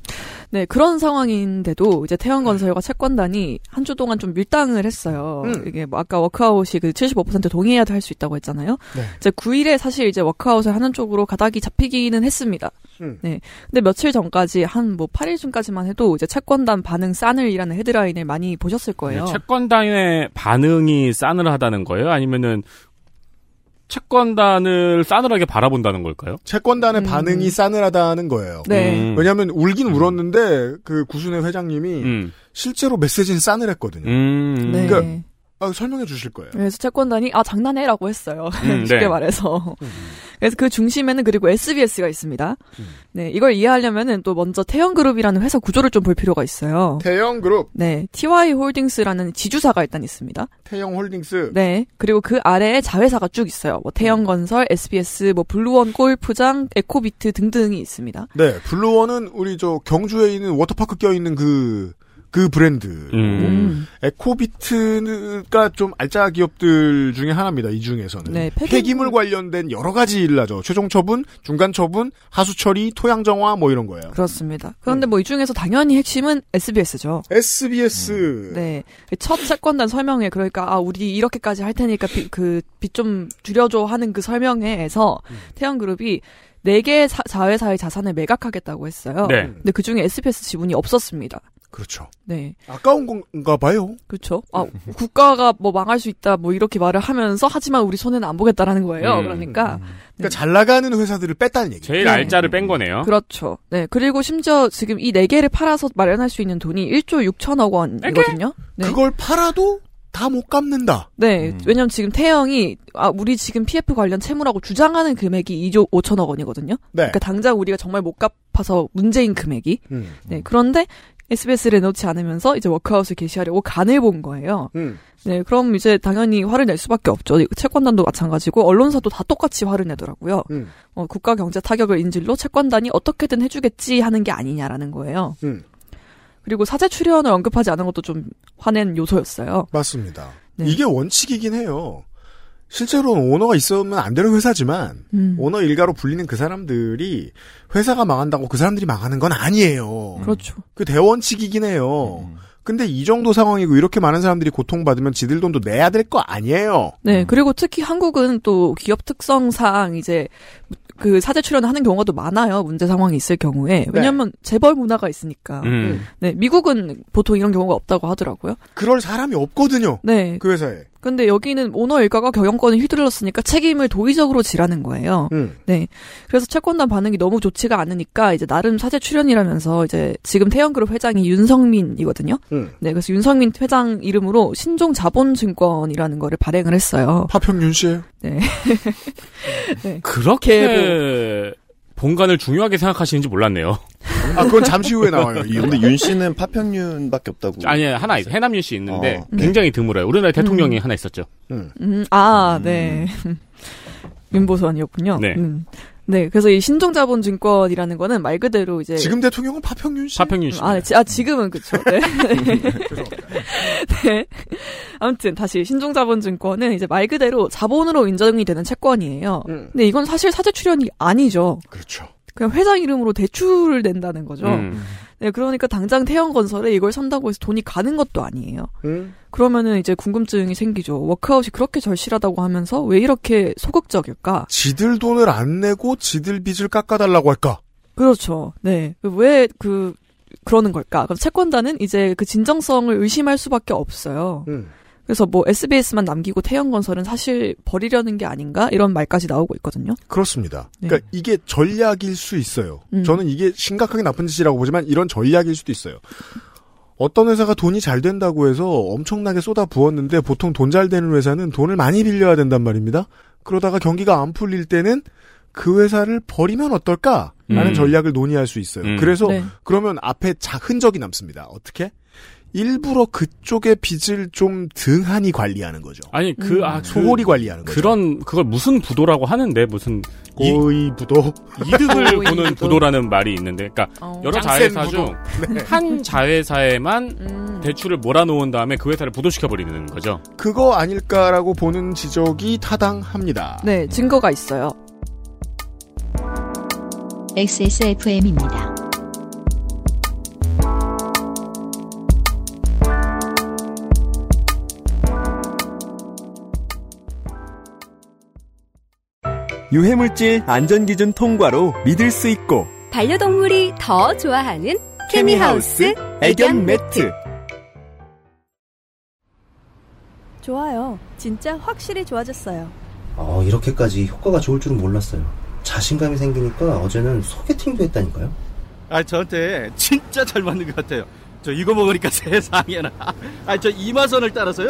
Speaker 4: 네, 그런 상황인데도 이제 태양건설과 채권단이 한 주 동안 좀 밀당을 했어요.
Speaker 2: 음.
Speaker 4: 이게 뭐 아까 워크아웃이 그 75% 동의해야 할 수 있다고 했잖아요.
Speaker 2: 네.
Speaker 4: 이제 9일에 사실 이제 워크아웃을 하는 쪽으로 가닥이 잡히기는 했습니다.
Speaker 2: 음.
Speaker 4: 네. 근데 며칠 전까지 한 뭐 8일쯤까지만 해도 이제 채권단 반응 싸늘이라는 헤드라인을 많이 보셨을 거예요.
Speaker 3: 네, 채권단의 반응이 싸늘하다는 거예요? 아니면은 채권단을 싸늘하게 바라본다는 걸까요?
Speaker 2: 채권단의
Speaker 4: 음.
Speaker 2: 반응이 싸늘하다는 거예요.
Speaker 4: 네.
Speaker 3: 음.
Speaker 2: 왜냐하면 울긴 울었는데 그 구순회 회장님이
Speaker 3: 음.
Speaker 2: 실제로 메시지는 싸늘했거든요.
Speaker 3: 음.
Speaker 4: 네.
Speaker 2: 그러니까 아, 설명해 주실 거예요.
Speaker 4: 그래서 채권단이 아 장난해라고 했어요.
Speaker 3: 음,
Speaker 4: 쉽게
Speaker 3: 네.
Speaker 4: 말해서. 그래서 그 중심에는 그리고 SBS가 있습니다.
Speaker 3: 음.
Speaker 4: 네, 이걸 이해하려면은 또 먼저 태영그룹이라는 회사 구조를 좀 볼 필요가 있어요.
Speaker 2: 태영 그룹,
Speaker 4: 네, TY 홀딩스라는 지주사가 일단 있습니다.
Speaker 2: 태영 홀딩스.
Speaker 4: 네, 그리고 그 아래에 자회사가 쭉 있어요. 뭐
Speaker 3: 음.
Speaker 4: 태영건설, SBS, 뭐 블루원 골프장, 에코비트 등등이 있습니다.
Speaker 2: 네, 블루원은 우리 저 경주에 있는 워터파크 껴 있는 그. 그 브랜드
Speaker 3: 음.
Speaker 2: 에코비트가 좀 알짜 기업들 중에 하나입니다. 이 중에서는
Speaker 4: 네, 폐기물-
Speaker 2: 폐기물 관련된 여러 가지 일을 하죠. 최종 처분, 중간 처분, 하수 처리, 토양 정화 뭐 이런 거예요.
Speaker 4: 그렇습니다. 그런데 뭐 이 중에서 당연히 핵심은 SBS죠.
Speaker 2: SBS
Speaker 4: 네. 첫 채권단 설명회, 그러니까, 아, 우리 이렇게까지 할 테니까 빚, 그, 빚 좀 줄여줘 하는 그 설명회에서
Speaker 3: 음.
Speaker 4: 태양그룹이 네개의 자회사의 자산을 매각하겠다고 했어요.
Speaker 3: 네.
Speaker 4: 근데 그 중에 SBS 지분이 없었습니다.
Speaker 2: 그렇죠.
Speaker 4: 네.
Speaker 2: 아까운 건가 봐요.
Speaker 4: 그렇죠.
Speaker 3: 음.
Speaker 4: 아, 국가가 뭐 망할 수 있다, 뭐 이렇게 말을 하면서, 하지만 우리 손해는 안 보겠다라는 거예요.
Speaker 3: 음.
Speaker 4: 그러니까.
Speaker 2: 그러니까 잘 나가는 회사들을 뺐다는 얘기.
Speaker 3: 제일
Speaker 4: 네.
Speaker 3: 알짜를 뺀 거네요.
Speaker 4: 그렇죠. 네. 그리고 심지어 지금 이 네개를 팔아서 마련할 수 있는 돈이 1조 6천억 원이거든요. 네.
Speaker 2: 그걸 팔아도 다 못 갚는다.
Speaker 4: 네,
Speaker 5: 음.
Speaker 4: 왜냐면 지금 태영이 아 우리 지금 PF 관련 채무라고 주장하는 금액이 2조 5천억 원이거든요.
Speaker 2: 네.
Speaker 4: 그러니까 당장 우리가 정말 못 갚아서 문제인 금액이.
Speaker 2: 음.
Speaker 4: 네, 그런데 SBS를 내놓지 않으면서 이제 워크아웃을 개시하려고 간을 본 거예요.
Speaker 2: 음.
Speaker 4: 네, 그럼 이제 당연히 화를 낼 수밖에 없죠. 채권단도 마찬가지고 언론사도 다 똑같이 화를 내더라고요.
Speaker 2: 음.
Speaker 4: 어, 국가 경제 타격을 인질로 채권단이 어떻게든 해주겠지 하는 게 아니냐라는 거예요.
Speaker 2: 음.
Speaker 4: 그리고 사제 출연을 언급하지 않은 것도 좀 화낸 요소였어요.
Speaker 2: 맞습니다.
Speaker 4: 네.
Speaker 2: 이게 원칙이긴 해요. 실제로는 오너가 있으면 안 되는 회사지만
Speaker 4: 음.
Speaker 2: 오너 일가로 불리는 그 사람들이 회사가 망한다고 그 사람들이 망하는 건 아니에요.
Speaker 4: 그렇죠.
Speaker 2: 그 대원칙이긴 해요.
Speaker 4: 음.
Speaker 2: 근데 이 정도 상황이고 이렇게 많은 사람들이 고통받으면 지들 돈도 내야 될 거 아니에요.
Speaker 4: 네, 그리고 특히 한국은 또 기업 특성상 이제 그 사제 출연을 하는 경우도 많아요. 문제 상황이 있을 경우에. 왜냐면 재벌 문화가 있으니까.
Speaker 3: 음.
Speaker 4: 네, 미국은 보통 이런 경우가 없다고 하더라고요.
Speaker 2: 그럴 사람이 없거든요.
Speaker 4: 네.
Speaker 2: 그 회사에.
Speaker 4: 근데 여기는 오너 일가가 경영권을 휘둘렀으니까 책임을 도의적으로 지라는 거예요.
Speaker 2: 음.
Speaker 4: 네. 그래서 채권단 반응이 너무 좋지가 않으니까 이제 나름 사제 출연이라면서 이제 지금 태연그룹 회장이 윤성민이거든요.
Speaker 2: 음.
Speaker 4: 네. 그래서 윤성민 회장 이름으로 신종 자본증권이라는 거를 발행을 했어요.
Speaker 2: 파평 윤 씨예요.
Speaker 3: 그렇게 본관을 중요하게 생각하시는지 몰랐네요.
Speaker 2: 아 그건 잠시 후에 나와요. 이
Speaker 5: 근데 윤 씨는 파평윤밖에 없다고.
Speaker 3: 아니 하나 있어 해남윤 씨 있는데
Speaker 5: 어,
Speaker 3: 굉장히 드물어요. 우리나라 대통령이 하나 있었죠.
Speaker 2: 음.
Speaker 4: 음, 아, 네. 윤보선이었군요.
Speaker 3: 네.
Speaker 4: 음. 네, 그래서 이 신종자본증권이라는 거는 말 그대로 이제
Speaker 2: 지금 대통령은 파평윤 씨.
Speaker 3: 파평윤 씨.
Speaker 4: 아, 네. 지, 아 지금은 그쵸. 네. 네. 아무튼 다시 신종자본증권은 이제 말 그대로 자본으로 인정이 되는 채권이에요.
Speaker 2: 음.
Speaker 4: 근데 이건 사실 사제 출연이 아니죠.
Speaker 2: 그렇죠.
Speaker 4: 그냥 회장 이름으로 대출을 낸다는 거죠.
Speaker 3: 음.
Speaker 4: 네, 그러니까 당장 태형건설에 이걸 산다고 해서 돈이 가는 것도 아니에요.
Speaker 2: 음.
Speaker 4: 그러면은 이제 궁금증이 생기죠. 워크아웃이 그렇게 절실하다고 하면서 왜 이렇게 소극적일까?
Speaker 2: 지들 돈을 안 내고 지들 빚을 깎아달라고 할까?
Speaker 4: 그렇죠. 네. 왜 그, 그러는 걸까? 그럼 채권자는 이제 그 진정성을 의심할 수밖에 없어요.
Speaker 2: 음.
Speaker 4: 그래서 뭐 SBS만 남기고 태형건설은 사실 버리려는 게 아닌가? 이런 말까지 나오고 있거든요.
Speaker 2: 그렇습니다.
Speaker 4: 네.
Speaker 2: 그러니까 이게 전략일 수 있어요.
Speaker 4: 음.
Speaker 2: 저는 이게 심각하게 나쁜 짓이라고 보지만 이런 전략일 수도 있어요. 어떤 회사가 돈이 잘 된다고 해서 엄청나게 쏟아 부었는데 보통 돈 잘 되는 회사는 돈을 많이 빌려야 된단 말입니다. 그러다가 경기가 안 풀릴 때는 그 회사를 버리면 어떨까라는
Speaker 3: 음.
Speaker 2: 전략을 논의할 수 있어요.
Speaker 3: 음.
Speaker 2: 그래서
Speaker 4: 네.
Speaker 2: 그러면 앞에 자 흔적이 남습니다. 어떻게? 일부러 그쪽의 빚을 좀 등한히 관리하는 거죠.
Speaker 3: 아니 그 아 그,
Speaker 2: 소홀히 관리하는 거죠.
Speaker 3: 그런 그걸 무슨 부도라고 하는데 무슨 이,
Speaker 2: 고의부도.
Speaker 3: 이득을
Speaker 4: 고의
Speaker 3: 보는
Speaker 4: 부도.
Speaker 3: 부도라는 말이 있는데 그러니까
Speaker 4: 어.
Speaker 3: 여러
Speaker 2: 짱센
Speaker 3: 자회사
Speaker 2: 부도.
Speaker 3: 중 한 자회사에만
Speaker 4: 음.
Speaker 3: 대출을 몰아놓은 다음에 그 회사를 부도시켜 버리는 거죠.
Speaker 2: 그거 아닐까라고 보는 지적이 타당합니다.
Speaker 4: 네, 증거가 있어요.
Speaker 11: XSFM입니다.
Speaker 9: 유해물질 안전기준 통과로 믿을 수 있고
Speaker 12: 반려동물이 더 좋아하는 케미하우스 애견 매트.
Speaker 10: 좋아요. 진짜 확실히 좋아졌어요.
Speaker 13: 어, 이렇게까지 효과가 좋을 줄은 몰랐어요. 자신감이 생기니까 어제는 소개팅도 했다니까요.
Speaker 14: 아 저한테 진짜 잘 맞는 것 같아요. 저 이거 먹으니까 세상에나. 아 저 이마선을 따라서요.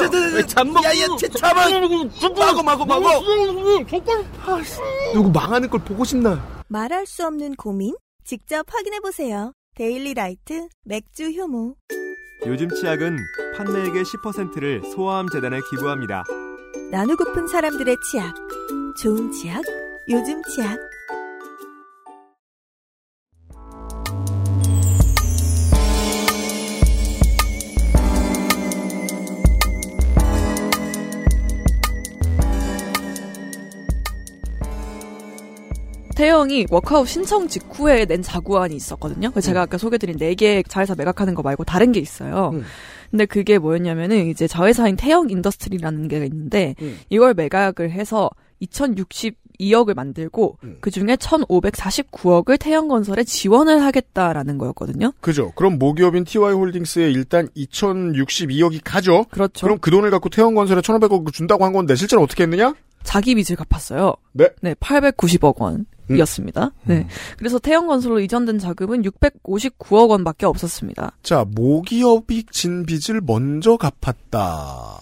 Speaker 14: 잠먹고. 야야 잠만. 마고 마고 마고.
Speaker 2: 누구 망하는 걸 보고 싶나?
Speaker 10: 말할 수 없는 고민? 직접 확인해보세요. 데일리 라이트 맥주 효모.
Speaker 9: 요즘 치약은 판매액의 10%를 소아암 재단에 기부합니다.
Speaker 10: 나누고픈 사람들의 치약. 좋은 치약, 요즘 치약.
Speaker 4: 태영이 워크아웃 신청 직후에 낸 자구안이 있었거든요. 그래서 제가 아까 소개드린 4개 자회사 매각하는 거 말고 다른 게 있어요. 근데 그게 뭐였냐면은 이제 자회사인 태영 인더스트리라는 게 있는데 이걸 매각을 해서 2062억을 만들고 그 중에 1549억을 태영건설에 지원을 하겠다라는 거였거든요.
Speaker 2: 그죠. 그럼 모기업인 TY 홀딩스에 일단 2062억이 가죠.
Speaker 4: 그렇죠.
Speaker 2: 그럼 그 돈을 갖고 태형건설에 1,500억 준다고 한 건데 실제로 어떻게 했느냐?
Speaker 4: 자기 빚을 갚았어요.
Speaker 2: 네.
Speaker 4: 890억 원. 이었습니다. 네. 그래서 태영건설로 이전된 자금은 659억 원밖에 없었습니다.
Speaker 2: 자, 모기업이 진 빚을 먼저 갚았다.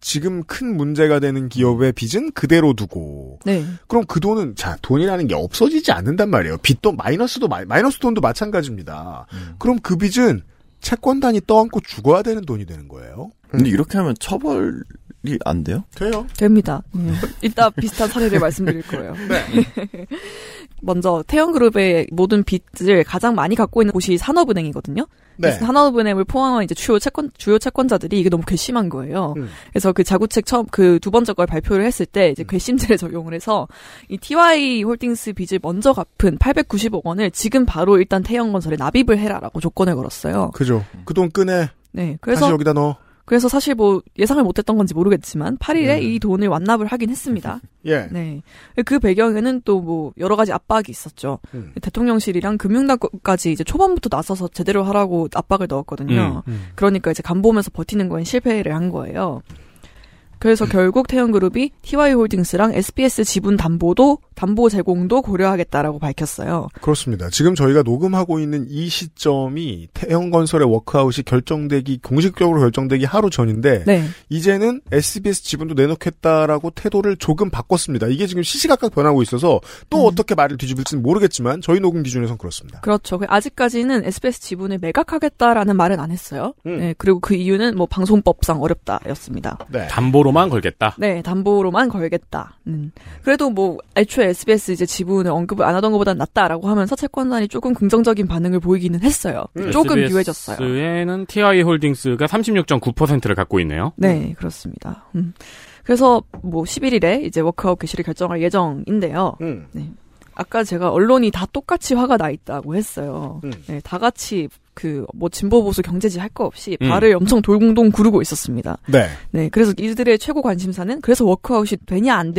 Speaker 2: 지금 큰 문제가 되는 기업의 빚은 그대로 두고
Speaker 4: 네.
Speaker 2: 그럼 그 돈은 자 돈이라는 게 없어지지 않는단 말이에요. 빚도 마이너스도 마, 마이너스 돈도 마찬가지입니다. 그럼 그 빚은 채권단이 떠안고 죽어야 되는 돈이 되는 거예요.
Speaker 5: 근데 이렇게 하면 처벌이 안 돼요?
Speaker 2: 돼요.
Speaker 4: 됩니다.
Speaker 2: 음.
Speaker 4: 이따 비슷한 사례를 말씀드릴 거예요.
Speaker 2: 네.
Speaker 4: 먼저 태영그룹의 모든 빚을 가장 많이 갖고 있는 곳이 산업은행이거든요.
Speaker 2: 네.
Speaker 4: 그래서 산업은행을 포함한 이제 주요 채권 주요 채권자들이 이게 너무 괘씸한 거예요.
Speaker 2: 음.
Speaker 4: 그래서 그 자구책 처음 그 두 번째 걸 발표를 했을 때 이제 괘씸죄를 적용을 해서 이 TY 홀딩스 빚을 먼저 갚은 890억 원을 지금 바로 일단 태영건설에 납입을 해라라고 조건을 걸었어요.
Speaker 2: 그죠. 그 돈 끄내.
Speaker 4: 네,
Speaker 2: 다시
Speaker 4: 그래서
Speaker 2: 여기다 넣어.
Speaker 4: 그래서 사실 뭐 예상을 못했던 건지 모르겠지만 8일에
Speaker 2: 음.
Speaker 4: 이 돈을 완납을 하긴 했습니다.
Speaker 2: 예.
Speaker 4: 네. 그 배경에는 또 뭐 여러 가지 압박이 있었죠.
Speaker 2: 음.
Speaker 4: 대통령실이랑 금융당국까지 이제 초반부터 나서서 제대로 하라고 압박을 넣었거든요.
Speaker 3: 음, 음.
Speaker 4: 그러니까 이제 간보면서 버티는 건 실패를 한 거예요. 그래서 결국 태연그룹이 TY홀딩스랑 SBS 지분 담보도 담보 제공도 고려하겠다라고 밝혔어요.
Speaker 2: 그렇습니다. 지금 저희가 녹음하고 있는 이 시점이 태형건설의 워크아웃이 결정되기 공식적으로 결정되기 하루 전인데
Speaker 4: 네,
Speaker 2: 이제는 SBS 지분도 내놓겠다라고 태도를 조금 바꿨습니다. 이게 지금 시시각각 변하고 있어서 또
Speaker 4: 음.
Speaker 2: 어떻게 말을 뒤집을지는 모르겠지만 저희 녹음 기준에선 그렇습니다.
Speaker 4: 그렇죠. 그 아직까지는 SBS 지분을 매각하겠다라는 말은 안 했어요.
Speaker 2: 음.
Speaker 4: 네, 그리고 그 이유는 뭐 방송법상 어렵다였습니다.
Speaker 2: 네.
Speaker 3: 담보로 담보로만 걸겠다.
Speaker 4: 네, 담보로만 걸겠다. 음. 그래도 뭐 애초에 SBS 이제 지분을 언급을 안 하던 것보단 낫다라고 하면서 채권단이 조금 긍정적인 반응을 보이기는 했어요. 음,
Speaker 3: 음,
Speaker 4: 조금 유해졌어요.
Speaker 3: SBS에는 TI 홀딩스가 36.9%를 갖고 있네요.
Speaker 4: 네, 그렇습니다. 음. 그래서 뭐 11일에 이제 워크아웃 개시를 결정할 예정인데요.
Speaker 2: 음,
Speaker 4: 네. 아까 제가 언론이 다 똑같이 화가 나 있다고 했어요. 네, 다 같이 그 뭐 진보 보수 경제지 할 거 없이
Speaker 15: 음.
Speaker 4: 발을 엄청 돌공동 구르고 있었습니다.
Speaker 2: 네.
Speaker 4: 네, 그래서 이들의 최고 관심사는 그래서 워크아웃이 되냐 안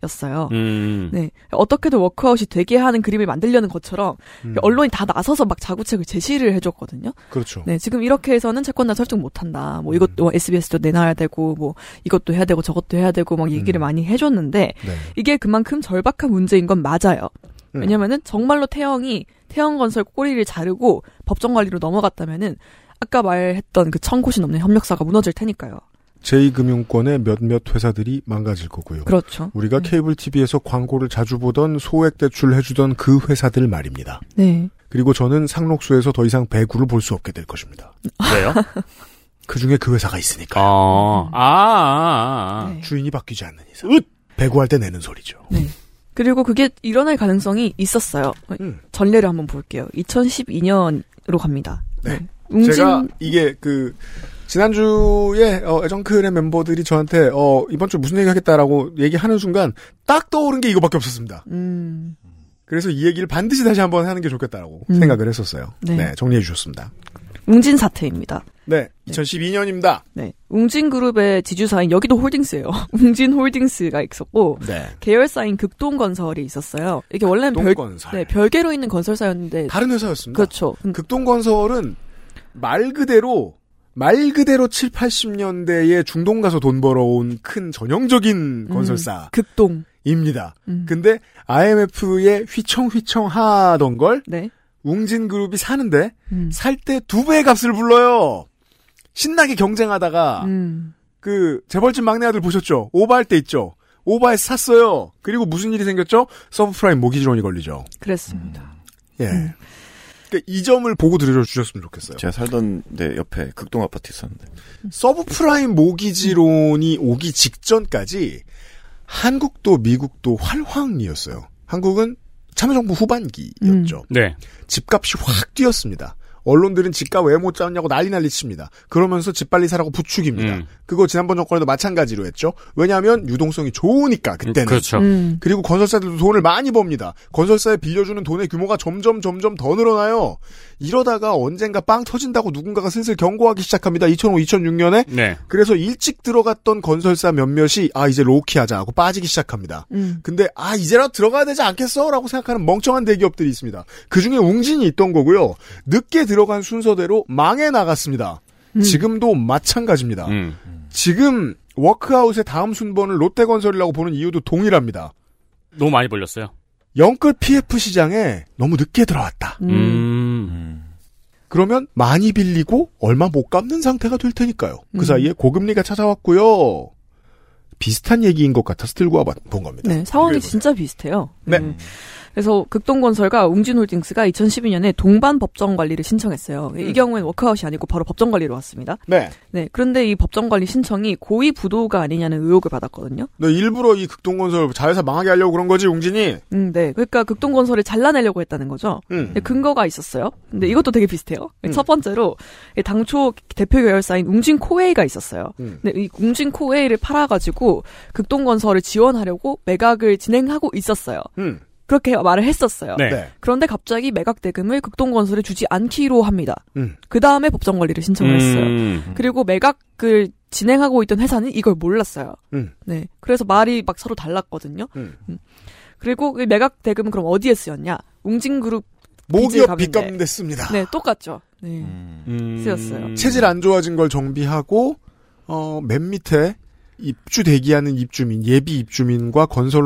Speaker 4: 되냐였어요.
Speaker 3: 음.
Speaker 4: 네, 어떻게든 워크아웃이 되게 하는 그림을 만들려는 것처럼
Speaker 2: 음.
Speaker 4: 언론이 다 나서서 막 자구책을 제시를 해줬거든요.
Speaker 2: 그렇죠.
Speaker 4: 네, 지금 이렇게 해서는 채권단 설득 못한다. 뭐 이것도 SBS도 내놔야 되고 뭐 이것도 해야 되고 저것도 해야 되고 막 얘기를 많이 해줬는데
Speaker 2: 네.
Speaker 4: 이게 그만큼 절박한 문제인 건 맞아요.
Speaker 6: 음.
Speaker 4: 왜냐면은 정말로 태영이 태영건설 꼬리를 자르고 법정관리로 넘어갔다면은 아까 말했던 그 천곳이 넘는 협력사가 무너질 테니까요.
Speaker 2: 제2금융권의 몇몇 회사들이 망가질 거고요.
Speaker 4: 그렇죠.
Speaker 2: 우리가 케이블 TV에서 광고를 자주 보던 소액 대출 해주던 그 회사들 말입니다.
Speaker 4: 네.
Speaker 2: 그리고 저는 상록수에서 더 이상 배구를 볼 수 없게 될 것입니다.
Speaker 3: 왜요?
Speaker 2: 그 중에 그 회사가 있으니까.
Speaker 3: 아, 아, 아, 아.
Speaker 2: 주인이 바뀌지 않는 이상. 배구할 때 내는 소리죠.
Speaker 4: 그리고 그게 일어날 가능성이 있었어요.
Speaker 2: 음.
Speaker 4: 전례를 한번 볼게요. 2012년으로 갑니다.
Speaker 2: 네.
Speaker 4: 웅진-
Speaker 2: 제가 이게 그 지난주에 어, 애정클의 멤버들이 저한테 어, 이번 주 무슨 얘기 하겠다라고 얘기하는 순간 딱 떠오른 게 이거밖에 없었습니다.
Speaker 4: 음.
Speaker 2: 그래서 이 얘기를 반드시 다시 한번 하는 게 좋겠다라고
Speaker 4: 음.
Speaker 2: 생각을 했었어요.
Speaker 4: 네.
Speaker 2: 네. 정리해 주셨습니다.
Speaker 4: 웅진 사태입니다.
Speaker 2: 네, 2012년입니다.
Speaker 4: 네. 웅진그룹의 지주사인 여기도 홀딩스예요. 웅진홀딩스가 있었고
Speaker 2: 네.
Speaker 4: 계열사인 극동건설이 있었어요. 이게 원래는 별,
Speaker 2: 극동건설.
Speaker 4: 네, 별개로 있는 건설사였는데
Speaker 2: 다른 회사였습니다.
Speaker 4: 그렇죠.
Speaker 2: 극동건설은 말 그대로 말 그대로 7, 80년대에 중동 가서 돈 벌어온 큰
Speaker 4: 음.
Speaker 2: 전형적인 건설사
Speaker 4: 극동
Speaker 2: 입니다. 근데 IMF에 휘청휘청 하던 걸
Speaker 4: 네.
Speaker 2: 웅진 그룹이 사는데 살 때 두 배의 값을 불러요. 신나게 경쟁하다가
Speaker 4: 음.
Speaker 2: 그 재벌집 막내 아들 보셨죠? 오바할 때 있죠. 오바해서 샀어요. 그리고 무슨 일이 생겼죠? 서브프라임 모기지론이 걸리죠.
Speaker 4: 그랬습니다.
Speaker 2: 예. 그러니까 이 점을 보고 들려주셨으면 좋겠어요.
Speaker 5: 제가 살던 데 옆에 극동 아파트 있었는데.
Speaker 2: 서브프라임 모기지론이 오기 직전까지 한국도 미국도 활황이었어요. 한국은 참여정부 후반기였죠.
Speaker 3: 네.
Speaker 2: 집값이 확 뛰었습니다. 언론들은 집값 왜 못 잡냐고 난리 난리 칩니다. 그러면서 집 빨리 사라고 부축입니다.
Speaker 3: 음.
Speaker 2: 그거 지난번 정권에도 마찬가지로 했죠. 왜냐하면 유동성이 좋으니까 그때는.
Speaker 3: 음, 그렇죠. 음.
Speaker 2: 그리고 건설사들도 돈을 많이 법니다. 건설사에 빌려주는 돈의 규모가 점점 점점 더 늘어나요. 이러다가 언젠가 빵 터진다고 누군가가 슬슬 경고하기 시작합니다. 2005, 2006년에.
Speaker 3: 네.
Speaker 2: 그래서 일찍 들어갔던 건설사 몇몇이 아 이제 로키하자 하고 빠지기 시작합니다. 근데 아 이제라도 들어가야 되지 않겠어라고 생각하는 멍청한 대기업들이 있습니다. 그 중에 웅진이 있던 거고요. 늦게 들어간 순서대로 망해 나갔습니다.
Speaker 4: 음.
Speaker 2: 지금도 마찬가지입니다.
Speaker 3: 음.
Speaker 2: 지금 워크아웃의 다음 순번을 롯데건설이라고 보는 이유도 동일합니다.
Speaker 3: 너무 많이 벌렸어요.
Speaker 2: 영끌 PF 시장에 너무 늦게 들어왔다.
Speaker 4: 음.
Speaker 3: 음.
Speaker 2: 그러면 많이 빌리고 얼마 못 갚는 상태가 될 테니까요. 그
Speaker 4: 음.
Speaker 2: 사이에 고금리가 찾아왔고요. 비슷한 얘기인 것 같아서 들고 와본 겁니다.
Speaker 4: 네, 상황이 진짜 비슷해요.
Speaker 2: 네.
Speaker 4: 음. 그래서 극동건설과 웅진홀딩스가 2012년에 동반 법정 관리를 신청했어요.
Speaker 2: 음.
Speaker 4: 이 경우엔 워크아웃이 아니고 바로 법정 관리로 왔습니다.
Speaker 2: 네.
Speaker 4: 네, 그런데 이 법정 관리 신청이 고의 부도가 아니냐는 의혹을 받았거든요.
Speaker 2: 너 일부러 이 극동건설 자회사 망하게 하려고 그런 거지, 웅진이?
Speaker 4: 음, 네. 그러니까 극동건설을 잘라내려고 했다는 거죠.
Speaker 2: 음.
Speaker 4: 근데 근거가 있었어요. 근데 이것도 되게 비슷해요.
Speaker 2: 음.
Speaker 4: 첫 번째로 당초 대표 계열사인 웅진 코웨이가 있었어요.
Speaker 2: 음.
Speaker 4: 근데 이 웅진 코웨이를 팔아가지고 극동건설을 지원하려고 매각을 진행하고 있었어요.
Speaker 2: 음.
Speaker 4: 그렇게 말을 했었어요.
Speaker 15: 네. 네.
Speaker 4: 그런데 갑자기 매각 대금을 극동건설에 주지 않기로 합니다.
Speaker 2: 음.
Speaker 4: 그 다음에 법정 관리를 신청을 했어요.
Speaker 15: 음.
Speaker 4: 그리고 매각을 진행하고 있던 회사는 이걸 몰랐어요.
Speaker 2: 음.
Speaker 4: 네. 그래서 말이 막 서로 달랐거든요. 음. 그리고 이 매각 대금은 그럼 어디에 쓰였냐? 웅진그룹 빚을
Speaker 2: 모기업
Speaker 4: 갚는데.
Speaker 2: 빚 갚는 데 씁니다.
Speaker 4: 네, 똑같죠. 네.
Speaker 15: 음.
Speaker 3: 음.
Speaker 4: 쓰였어요.
Speaker 2: 체질 안 좋아진 걸 정비하고 어, 맨 밑에 입주 대기하는 입주민, 예비 입주민과 건설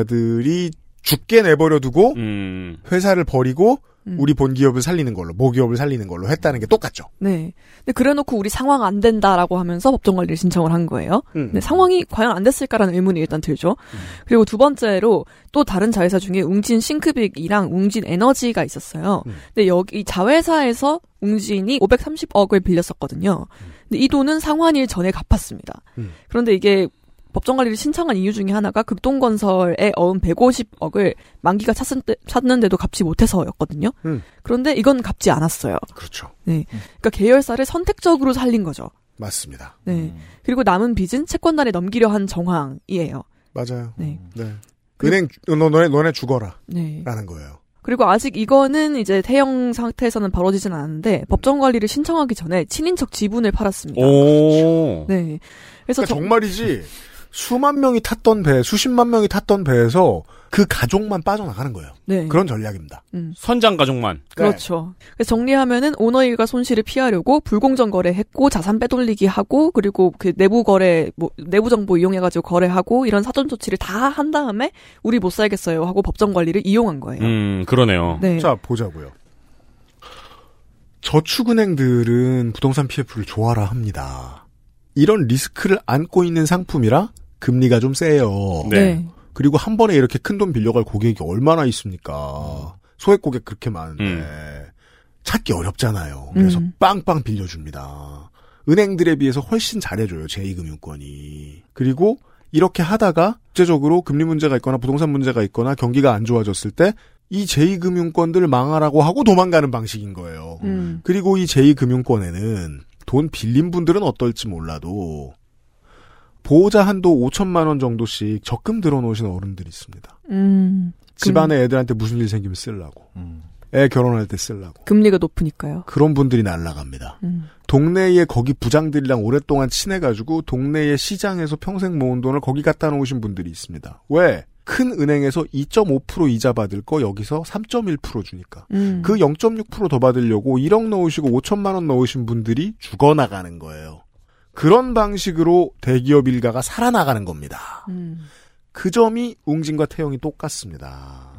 Speaker 2: 노동자들이 죽게 내버려 두고
Speaker 4: 음.
Speaker 3: 음.
Speaker 2: 회사를 버리고 우리 본 기업을 살리는 걸로, 모기업을 살리는 걸로 했다는 게 똑같죠.
Speaker 4: 네. 근데 그래놓고 우리 상황 안 된다라고 하면서 법정 관리를 신청을 한 거예요.
Speaker 2: 음.
Speaker 4: 근데 네, 상황이 과연 안 됐을까라는 의문이 일단 들죠. 그리고 두 번째로 또 다른 자회사 중에 웅진 싱크빅이랑 웅진 에너지가
Speaker 2: 음.
Speaker 4: 있었어요. 근데 여기 이 자회사에서 웅진이 530억을 빌렸었거든요. 근데 이 돈은 상환일 전에 갚았습니다.
Speaker 2: 음.
Speaker 4: 그런데 이게 법정 관리를 신청한 이유 중에 하나가 극동건설에 어은 150억을 만기가 찼은 때- 찼는데도 갚지 못해서였거든요.
Speaker 2: 음.
Speaker 4: 그런데 이건 갚지 않았어요.
Speaker 2: 그렇죠.
Speaker 4: 네. 그러니까 계열사를 선택적으로 살린 거죠.
Speaker 2: 맞습니다.
Speaker 4: 네.
Speaker 1: 음.
Speaker 4: 그리고 남은 빚은 채권단에 넘기려 한 정황이에요.
Speaker 2: 맞아요.
Speaker 4: 네.
Speaker 2: 은행 주- 너 너네 너네 죽어라.
Speaker 4: 네.
Speaker 2: 라는 거예요.
Speaker 4: 그리고 아직 이거는 이제 태형 상태에서는 벌어지진
Speaker 2: 음.
Speaker 4: 않았는데 법정 관리를 신청하기 전에 친인척 지분을 팔았습니다.
Speaker 3: 오.
Speaker 4: 네. 그래서
Speaker 2: 그러니까 정말이지 수만 명이 탔던 배, 수십만 명이 탔던 배에서 그 가족만 빠져나가는 거예요.
Speaker 4: 네.
Speaker 2: 그런 전략입니다.
Speaker 4: 음.
Speaker 3: 선장 가족만.
Speaker 2: 네.
Speaker 4: 그렇죠. 그래서 정리하면은 오너 일가 손실을 피하려고 불공정 거래했고 자산 빼돌리기 하고 그리고 그 내부 거래 뭐 내부 정보 이용해 가지고 거래하고 이런 사전 조치를 다 한 다음에 우리 못 살겠어요 하고 법정 관리를 이용한 거예요.
Speaker 3: 음, 그러네요.
Speaker 4: 네.
Speaker 2: 자 보자고요. 저축은행들은 부동산 PF를 좋아라 합니다. 이런 리스크를 안고 있는 상품이라 금리가 좀 세요.
Speaker 3: 네. 네.
Speaker 2: 그리고 한 번에 이렇게 큰 돈 빌려갈 고객이 얼마나
Speaker 15: 음.
Speaker 2: 있습니까? 소액 고객 그렇게 많은데 찾기 어렵잖아요. 그래서
Speaker 15: 음.
Speaker 2: 빵빵 빌려줍니다. 은행들에 비해서 훨씬 잘해줘요. 제2금융권이. 그리고 이렇게 하다가 국제적으로 금리 문제가 있거나 부동산 문제가 있거나 경기가 안 좋아졌을 때 이 제2금융권들 망하라고 하고 도망가는 방식인 거예요.
Speaker 15: 음.
Speaker 2: 그리고 이 제2금융권에는 돈 빌린 분들은 어떨지 몰라도 보호자 한도 5천만 원 정도씩 적금 들어놓으신 어른들이 있습니다.
Speaker 4: 음.
Speaker 2: 집안에 애들한테 무슨 일 생기면 쓰려고. 애 결혼할 때 쓰려고.
Speaker 4: 금리가 높으니까요.
Speaker 2: 그런 분들이 날라갑니다.
Speaker 4: 음.
Speaker 2: 동네에 거기 부장들이랑 오랫동안 친해가지고 동네의 시장에서 평생 모은 돈을 거기 갖다 놓으신 분들이 있습니다. 왜? 큰 은행에서 2.5% 이자 받을 거 여기서 3.1% 주니까.
Speaker 15: 음.
Speaker 2: 그 0.6%더 받으려고 1억 넣으시고 5천만 원 넣으신 분들이 죽어나가는 거예요. 그런 방식으로 대기업 일가가 살아나가는 겁니다.
Speaker 4: 음.
Speaker 2: 그 점이 웅진과 태영이 똑같습니다.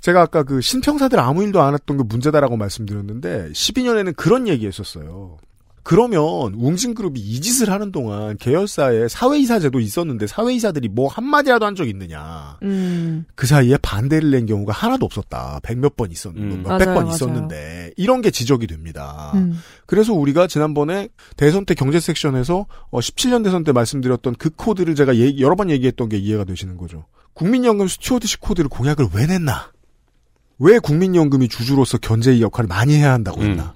Speaker 2: 제가 아까 그 신평사들 아무 일도 안 했던 게 문제다라고 말씀드렸는데 12년에는 그런 얘기했었어요. 그러면 웅진그룹이 이 짓을 하는 동안 계열사에 사회이사제도 있었는데 사회이사들이 뭐 한마디라도 한 적 있느냐.
Speaker 4: 음.
Speaker 2: 그 사이에 반대를 낸 경우가 하나도 없었다. 백몇 번 있었는데, 뭐 몇백
Speaker 15: 맞아요,
Speaker 2: 번
Speaker 15: 맞아요. 음.
Speaker 2: 있었는데 이런 게 지적이
Speaker 3: 아,
Speaker 2: 됩니다.
Speaker 4: 음.
Speaker 2: 그래서 우리가 지난번에 대선 때 경제 섹션에서 어, 17년 대선 때 말씀드렸던 그 코드를 제가 예- 여러 번 얘기했던 게 이해가 되시는 거죠. 국민연금 스튜어드십 코드를 공약을 왜 냈나? 왜 국민연금이 주주로서 견제의 역할을 많이 해야 한다고 했나?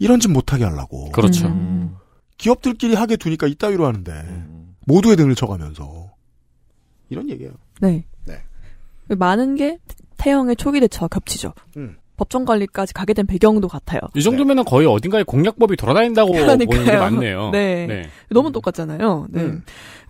Speaker 2: 이런 짓 못하게 하려고.
Speaker 3: 음. 그렇죠.
Speaker 4: 음.
Speaker 2: 기업들끼리 하게 두니까 이따위로 하는데
Speaker 5: 음.
Speaker 2: 모두의 등을 쳐가면서 이런 얘기예요.
Speaker 4: 네. 그
Speaker 2: 네.
Speaker 4: 많은 게 태형의 초기 대처와 겹치죠.
Speaker 2: 음.
Speaker 4: 법정 관리까지 가게 된 배경도 같아요.
Speaker 3: 이 정도면은 거의 어딘가에 공략법이 돌아다닌다고 어, 보는 게
Speaker 4: 그러니까요.
Speaker 3: 맞네요.
Speaker 4: 네. 너무 똑같잖아요. 네.
Speaker 2: 음.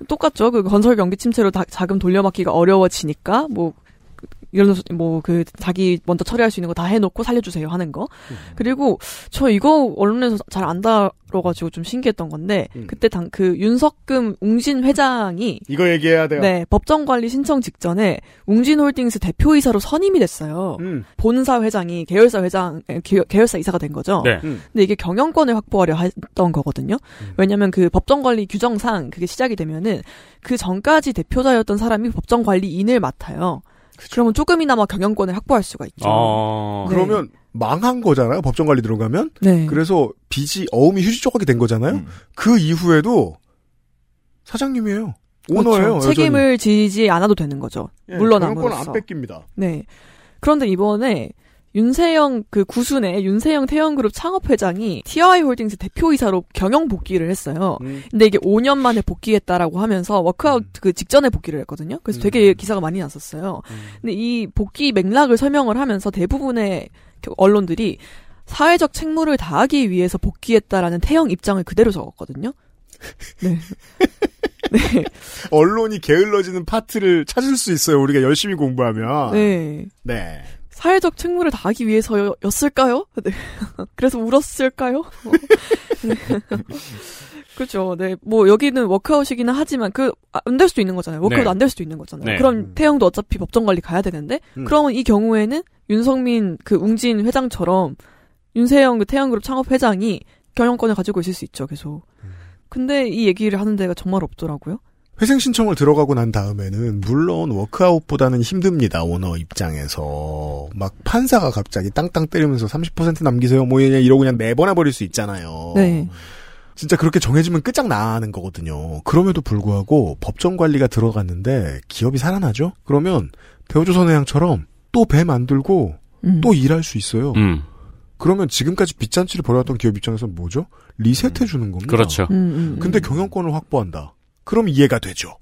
Speaker 4: 똑같죠. 그 건설 경기 침체로 다- 자금 돌려막기가 어려워지니까 뭐 그- 이런 뭐 그 자기 먼저 처리할 수 있는 거 다 해놓고 살려주세요 하는 거.
Speaker 2: 음.
Speaker 4: 그리고 저 이거 언론에서 잘 안 다뤄가지고 좀 신기했던 건데
Speaker 2: 음.
Speaker 4: 그때 당 그 윤석금 웅진 회장이
Speaker 2: 이거 얘기해야 돼요.
Speaker 4: 네, 법정 관리 신청 직전에 웅진홀딩스 대표이사로 선임이 됐어요.
Speaker 2: 음.
Speaker 4: 본사 회장이 계열사 회장 에, 계- 계열사 이사가 된 거죠.
Speaker 15: 네. 음.
Speaker 4: 근데 이게 경영권을 확보하려 했던 거거든요.
Speaker 2: 음.
Speaker 4: 왜냐하면 그 법정 관리 규정상 그게 시작이 되면은 그 전까지 대표자였던 사람이 법정 관리인을 맡아요. 그러면 조금이나마 경영권을 확보할 수가 있죠.
Speaker 3: 어. 아.
Speaker 4: 네.
Speaker 2: 그러면 망한 거잖아요. 법정 관리 들어가면.
Speaker 4: 네.
Speaker 2: 그래서 빚이 어음이 휴지 조각이 된 거잖아요. 그 이후에도 사장님이에요. 오너예요.
Speaker 4: 그렇죠. 책임을 지지 않아도 되는 거죠.
Speaker 2: 예,
Speaker 4: 물러남으로써.
Speaker 2: 경영권은 안 뺏깁니다.
Speaker 4: 네. 그런데 이번에 윤세영 그 구순의 윤세영 태영그룹 창업회장이 TI 홀딩스 대표이사로 경영 복귀를 했어요. 근데 이게 5년 만에 복귀했다라고 하면서 워크아웃 그 직전에 복귀를 했거든요. 그래서 되게 기사가 많이 났었어요. 근데 이 복귀 맥락을 설명을 하면서 대부분의 겨- 언론들이 사회적 책무를 다하기 위해서 복귀했다라는 태영 입장을 그대로 적었거든요.
Speaker 2: 언론이 게을러지는 파트를 찾을 수 있어요. 우리가 열심히 공부하면.
Speaker 4: 네.
Speaker 2: 네.
Speaker 4: 사회적 책무를 다하기 위해서였을까요? 네. 그래서 울었을까요? 어. 네. 그렇죠. 네, 뭐 여기는 워크아웃이기는 하지만 그 안 될 수도 있는 거잖아요. 워크아웃
Speaker 7: 네.
Speaker 4: 안 될 수도 있는 거잖아요.
Speaker 7: 네.
Speaker 4: 그럼 태영도 어차피 법정 관리 가야 되는데
Speaker 7: 음.
Speaker 4: 그러면 이 경우에는 윤성민 그 웅진 회장처럼 윤세영 그 태영그룹 창업 회장이 경영권을 가지고 있을 수 있죠. 계속. 근데 이 얘기를 하는 데가 정말 없더라고요.
Speaker 2: 회생 신청을 들어가고 난 다음에는 물론 워크아웃보다는 힘듭니다. 오너 입장에서 막 판사가 갑자기 땅땅 때리면서 30% 남기세요 뭐 이러냐 이러고 그냥 내보내버릴 수 있잖아요.
Speaker 4: 네.
Speaker 2: 진짜 그렇게 정해지면 끝장나는 거거든요. 그럼에도 불구하고 법정 관리가 들어갔는데 기업이 살아나죠? 그러면 대우조선해양처럼 또 배 만들고
Speaker 4: 음.
Speaker 2: 또 일할 수 있어요.
Speaker 3: 음.
Speaker 2: 그러면 지금까지 빚잔치를 벌여왔던 기업 입장에서는 뭐죠? 리셋해 주는 겁니다.
Speaker 3: 그렇죠. 음, 음, 음.
Speaker 2: 근데 경영권을 확보한다. 그럼 이해가 되죠.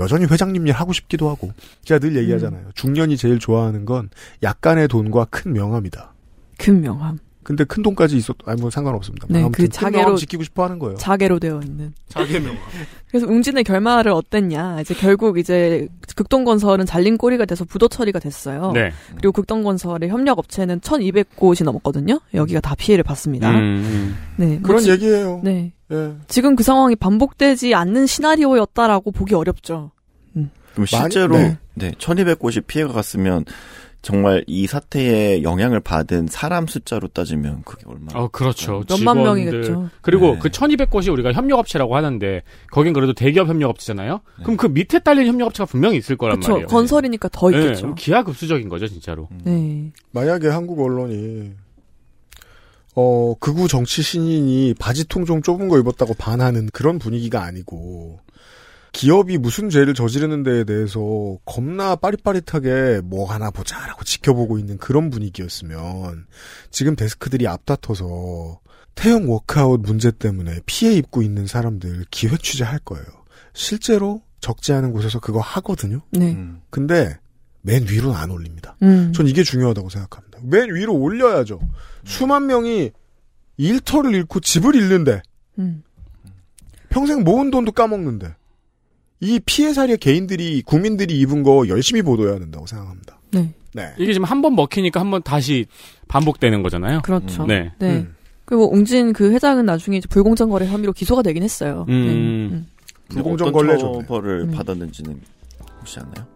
Speaker 2: 여전히 회장님 일 하고 싶기도 하고 제가 늘 얘기하잖아요.
Speaker 3: 음.
Speaker 2: 중년이 제일 좋아하는 건 약간의 돈과 큰 명함이다.
Speaker 4: 큰 명함.
Speaker 2: 근데 큰 돈까지 있어도 아니 뭐 상관없습니다.
Speaker 4: 네,
Speaker 2: 아무튼
Speaker 4: 그
Speaker 2: 큰 명함
Speaker 4: 자개로
Speaker 2: 지키고 싶어 하는 거예요.
Speaker 4: 자개로 되어 있는.
Speaker 3: 자개명.
Speaker 4: 그래서 웅진의 결말을 어땠냐? 이제 결국 이제 극동건설은 잘린 꼬리가 돼서 부도 처리가 됐어요.
Speaker 3: 네.
Speaker 4: 그리고 극동건설의 협력 업체는 1,200곳이 넘었거든요. 여기가 다 피해를
Speaker 3: 음,
Speaker 4: 봤습니다. 네. 뭐
Speaker 2: 그런
Speaker 4: 지-
Speaker 2: 얘기예요.
Speaker 4: 네.
Speaker 2: 예.
Speaker 4: 지금 그 상황이 반복되지 않는 시나리오였다라고 보기 어렵죠.
Speaker 5: 그럼
Speaker 4: 많이-
Speaker 5: 실제로
Speaker 4: 네.
Speaker 5: 네. 1200곳이 피해가 갔으면 정말 이 사태에 영향을 받은 사람 숫자로 따지면 그게 얼마나
Speaker 3: 어, 그렇죠.
Speaker 4: 음, 몇만
Speaker 3: 직원들.
Speaker 4: 명이겠죠.
Speaker 3: 그리고 그 1200곳이 우리가 협력업체라고 하는데, 거긴 그래도 대기업 협력업체잖아요? 그럼 그 밑에 딸린 협력업체가 분명히 있을 거란
Speaker 4: 그렇죠.
Speaker 3: 말이에요.
Speaker 4: 건설이니까 더
Speaker 3: 네,
Speaker 4: 있겠죠.
Speaker 3: 그럼 기하급수적인 거죠, 진짜로.
Speaker 5: 음,
Speaker 4: 네.
Speaker 2: 만약에 한국 언론이 어 극우 정치 신인이 바지 통좀 좁은 거 입었다고 반하는 그런 분위기가 아니고 기업이 무슨 죄를 저지르는데에 대해서 겁나 빠릿빠릿하게 뭐 하나 보자라고 지켜보고 있는 그런 분위기였으면 지금 데스크들이 앞다퉈서 태형 워크아웃 문제 때문에 피해 입고 있는 사람들 기회 취재할 거예요. 실제로 적지 않은 곳에서 그거 하거든요.
Speaker 4: 네.
Speaker 2: 근데 맨 위로는 안 올립니다.
Speaker 4: 음.
Speaker 2: 전 이게 중요하다고 생각합니다. 맨 위로 올려야죠. 수만 명이 일터를 잃고 집을 잃는데
Speaker 4: 음.
Speaker 2: 평생 모은 돈도 까먹는데 이 피해 사례 개인들이 국민들이 입은 거 열심히 보도해야 된다고 생각합니다.
Speaker 4: 네.
Speaker 2: 네.
Speaker 3: 이게 지금 한 번 먹히니까 한 번 다시 반복되는 거잖아요.
Speaker 4: 그렇죠.
Speaker 3: 음. 네.
Speaker 4: 네. 그리고 웅진 그 회장은 나중에 이제 불공정 거래 혐의로 기소가 되긴 했어요. 네. 음.
Speaker 5: 불공정
Speaker 2: 걸레 줬네.
Speaker 5: 처벌을 받았는지는 혹시 아나요?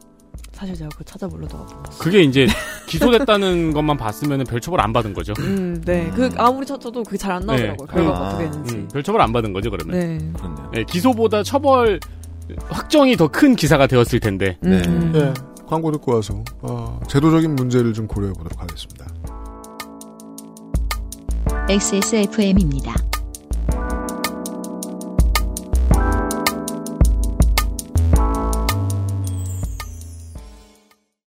Speaker 4: 사실 제가 그거 찾아보려다가 못 봤어요.
Speaker 3: 그게 이제 기소됐다는 것만 봤으면 별 처벌 안 받은 거죠.
Speaker 4: 음, 네. 그 아무리 찾아도 그게 잘 안 나오더라고요. 결과가 어떻게 되는지.
Speaker 3: 음, 별 처벌 안 받은 거죠, 그러면.
Speaker 4: 네.
Speaker 3: 네, 기소보다 처벌 확정이 더 큰 기사가 되었을 텐데.
Speaker 2: 네.
Speaker 4: 음.
Speaker 2: 예, 광고 듣고 와서 어, 제도적인 문제를 좀 고려해 보도록 하겠습니다.
Speaker 11: XSFM입니다.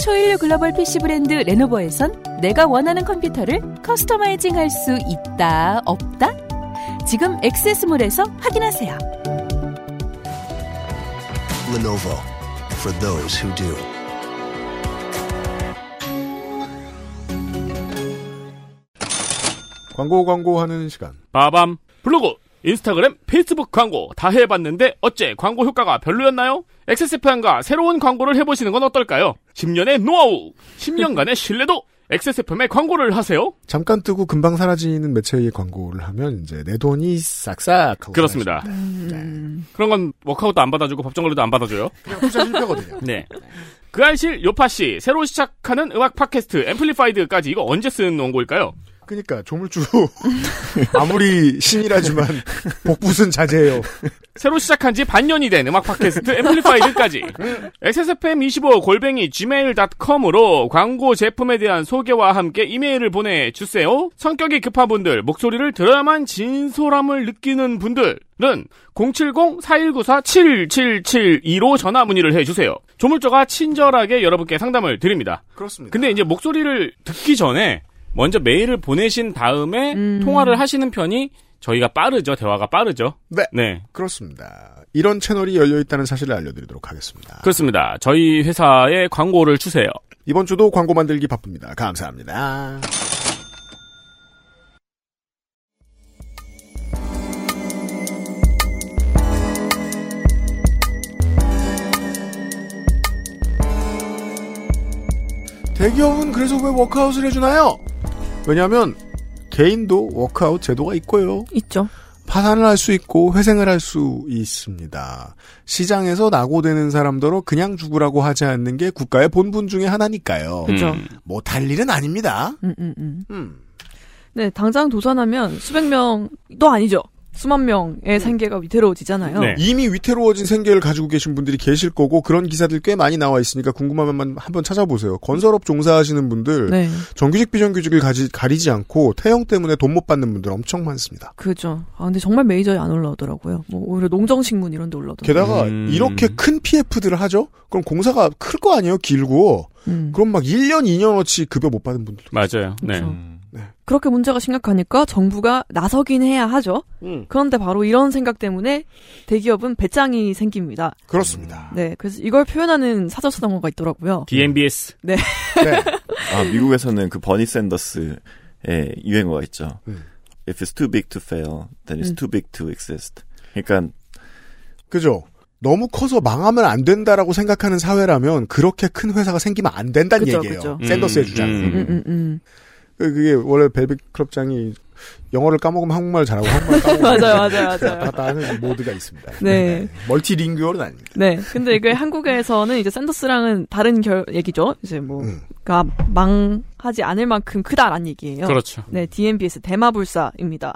Speaker 7: 초일류 글로벌 PC 브랜드 레노버에선 내가 원하는 컴퓨터를 커스터마이징 할 수 있다, 없다? 지금 액세스몰에서 확인하세요.
Speaker 8: Lenovo for those who do.
Speaker 2: 광고 광고하는 시간.
Speaker 3: 빠밤. 블로그, 인스타그램, 페이스북 광고 다 해봤는데 어째 광고 효과가 별로였나요? XSFM과 새로운 광고를 해보시는 건 어떨까요? 10년의 노하우, 10년간의 신뢰도, XSFM의 광고를 하세요.
Speaker 2: 잠깐 뜨고 금방 사라지는 매체의 광고를 하면 이제 내 돈이 싹싹 하고
Speaker 3: 그렇습니다. 그런 건 워크아웃도 안 받아주고 법정 걸리도 안 받아줘요.
Speaker 2: 투자 실패거든요.
Speaker 3: 네. 그 알실 요파 씨 새로 시작하는 음악 팟캐스트 앰플리파이드까지 이거 언제 쓴 원고일까요?
Speaker 2: 그러니까 조물주 아무리 신이라지만 복붙은 자제해요.
Speaker 3: 새로 시작한 지 반년이 된 음악 팟캐스트 앰플리파이드까지
Speaker 2: 네.
Speaker 3: XSFM25 골뱅이 gmail.com으로 광고 제품에 대한 소개와 함께 이메일을 보내주세요. 성격이 급한 분들, 목소리를 들어야만 진솔함을 느끼는 분들은 070-4194-7772로 전화 문의를 해주세요. 조물조가 친절하게 여러분께 상담을 드립니다.
Speaker 2: 그렇습니다.
Speaker 3: 근데 이제 목소리를 듣기 전에 먼저 메일을 보내신 다음에 통화를 하시는 편이 저희가 빠르죠. 대화가 빠르죠.
Speaker 2: 네.
Speaker 3: 네.
Speaker 2: 그렇습니다. 이런 채널이 열려 있다는 사실을 알려드리도록 하겠습니다.
Speaker 3: 그렇습니다. 저희 회사에 광고를 주세요.
Speaker 2: 이번 주도 광고 만들기 바쁩니다. 감사합니다. 대기업은 그래서 왜 워크아웃을 해주나요? 왜냐하면 개인도 워크아웃 제도가 있고요.
Speaker 4: 있죠.
Speaker 2: 파산을 할 수 있고 회생을 할 수 있습니다. 시장에서 낙오되는 사람더러 그냥 죽으라고 하지 않는 게 국가의 본분 중에 하나니까요.
Speaker 4: 그죠. 음.
Speaker 2: 못할 일은 아닙니다.
Speaker 4: 음, 음, 음. 네, 당장 도산하면 수백 명도 아니죠. 수만 명의 생계가 위태로워지잖아요.
Speaker 2: 이미 위태로워진 생계를 가지고 계신 분들이 계실 거고 그런 기사들 꽤 많이 나와 있으니까 궁금하면 한번 찾아보세요. 건설업 종사하시는 분들
Speaker 4: 네.
Speaker 2: 정규직 비정규직을 가지, 가리지 않고 태형 때문에 돈 못 받는 분들 엄청 많습니다.
Speaker 4: 그죠. 아, 근데 정말 메이저에 안 올라오더라고요. 뭐, 오히려 농정식문 이런 데 올라오더라고요.
Speaker 2: 게다가
Speaker 4: 음.
Speaker 2: 이렇게 큰 PF들을 하죠? 그럼 공사가 클 거 아니에요? 길고.
Speaker 4: 음.
Speaker 2: 그럼 막 1년, 2년어치 급여 못 받은 분들도
Speaker 3: 맞아요. 네.
Speaker 4: 그렇죠. 그렇게 문제가 심각하니까 정부가 나서긴 해야 하죠. 그런데 바로 이런 생각 때문에 대기업은 배짱이 생깁니다.
Speaker 2: 그렇습니다.
Speaker 4: 네, 그래서 이걸 표현하는 사자수단어가 있더라고요.
Speaker 3: DMBS.
Speaker 4: 네.
Speaker 5: 아, 미국에서는 그 버니 샌더스의 유행어가 있죠. If it's too big to fail, then it's
Speaker 2: 음.
Speaker 5: too big to exist. 그러니까
Speaker 2: 그죠? 너무 커서 망하면 안 된다라고 생각하는 사회라면 그렇게 큰 회사가 생기면 안 된다는
Speaker 4: 그죠,
Speaker 2: 얘기예요.
Speaker 4: 그죠.
Speaker 2: 샌더스의
Speaker 4: 음,
Speaker 2: 주장.
Speaker 4: 음, 음, 음.
Speaker 2: 그- 그게 원래 벨벳 클럽장이 영어를 까먹으면 한국말 잘하고 한국말 까먹으면
Speaker 4: 맞아요, 맞아요, 맞아요.
Speaker 2: 왔다 갔다 하는 모드가 있습니다.
Speaker 4: 네.
Speaker 2: 멀티링규얼은 아닙니다.
Speaker 4: 네. 근데 이게 한국에서는 이제 샌더스랑은 다른 결, 얘기죠. 이제 뭐, 가 망하지 않을 만큼 크다란 얘기예요.
Speaker 3: 그렇죠.
Speaker 4: 네. DMBS 대마불사입니다.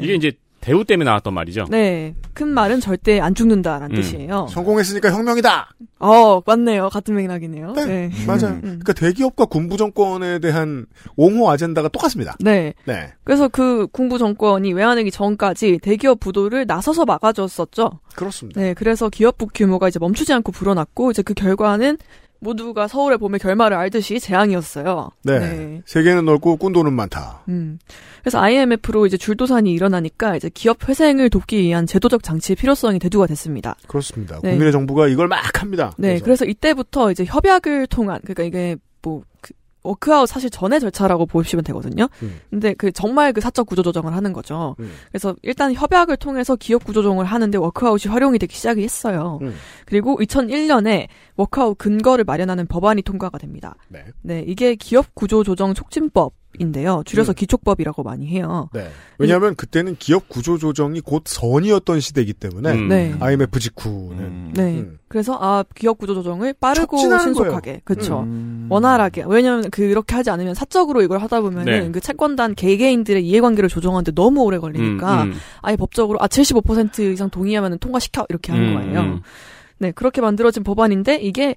Speaker 3: 이게 이제 대우 때문에 나왔던 말이죠.
Speaker 4: 네. 큰 말은 절대 안 죽는다란
Speaker 3: 음.
Speaker 4: 뜻이에요.
Speaker 2: 성공했으니까 혁명이다!
Speaker 4: 어, 맞네요. 같은 맥락이네요. 네.
Speaker 2: 맞아요. 그러니까 대기업과 군부 정권에 대한 옹호 아젠다가 똑같습니다.
Speaker 4: 네.
Speaker 2: 네.
Speaker 4: 그래서 그 군부 정권이 외환위기 전까지 대기업 부도를 나서서 막아줬었죠.
Speaker 2: 그렇습니다.
Speaker 4: 네, 그래서 기업부 규모가 이제 멈추지 않고 불어났고 이제 그 결과는 모두가 서울의 봄의 결말을 알듯이 재앙이었어요.
Speaker 2: 네. 세계는 넓고 꾼돈은 많다.
Speaker 4: 음. 그래서 IMF로 이제 줄도산이 일어나니까 이제 기업 회생을 돕기 위한 제도적 장치의 필요성이 대두가 됐습니다.
Speaker 2: 그렇습니다.
Speaker 4: 네.
Speaker 2: 국민의 정부가 이걸 막 합니다.
Speaker 4: 네, 그래서 이때부터 이제 협약을 통한 그러니까 이게 뭐 그, 워크아웃 사실 전의 절차라고 보시면 되거든요.
Speaker 2: 음.
Speaker 4: 근데 그 정말 그 사적 구조 조정을 하는 거죠.
Speaker 2: 음.
Speaker 4: 그래서 일단 협약을 통해서 기업 구조 조정을 하는데 워크아웃이 활용이 되기 시작이 했어요.
Speaker 2: 음.
Speaker 4: 그리고 2001년에 워크아웃 근거를 마련하는 법안이 통과가 됩니다.
Speaker 2: 네.
Speaker 4: 이게 기업 구조 조정 촉진법인데요. 줄여서
Speaker 2: 음.
Speaker 4: 기촉법이라고 많이 해요.
Speaker 2: 네. 왜냐하면 그때는 기업 구조 조정이 곧 선이었던 시대이기 때문에
Speaker 4: 음. 네.
Speaker 2: IMF 직후는
Speaker 3: 음.
Speaker 5: 음,
Speaker 4: 네. 그래서 아 기업 구조 조정을 빠르고
Speaker 2: 음. 촉진하는
Speaker 4: 신속하게,
Speaker 2: 거예요. 음.
Speaker 4: 그렇죠. 원활하게. 왜냐하면 그렇게 하지 않으면 사적으로 이걸 하다 보면
Speaker 2: 네.
Speaker 4: 은그 채권단 개개인들의 이해관계를 조정하는데 너무 오래
Speaker 3: 그러니까.
Speaker 4: 걸리니까
Speaker 6: 음, 음.
Speaker 4: 아예 법적으로 아 75% 이상 동의하면 통과시켜 이렇게 하는
Speaker 6: 음,
Speaker 4: 거예요.
Speaker 6: 음.
Speaker 4: 네 그렇게 만들어진 법안인데 이게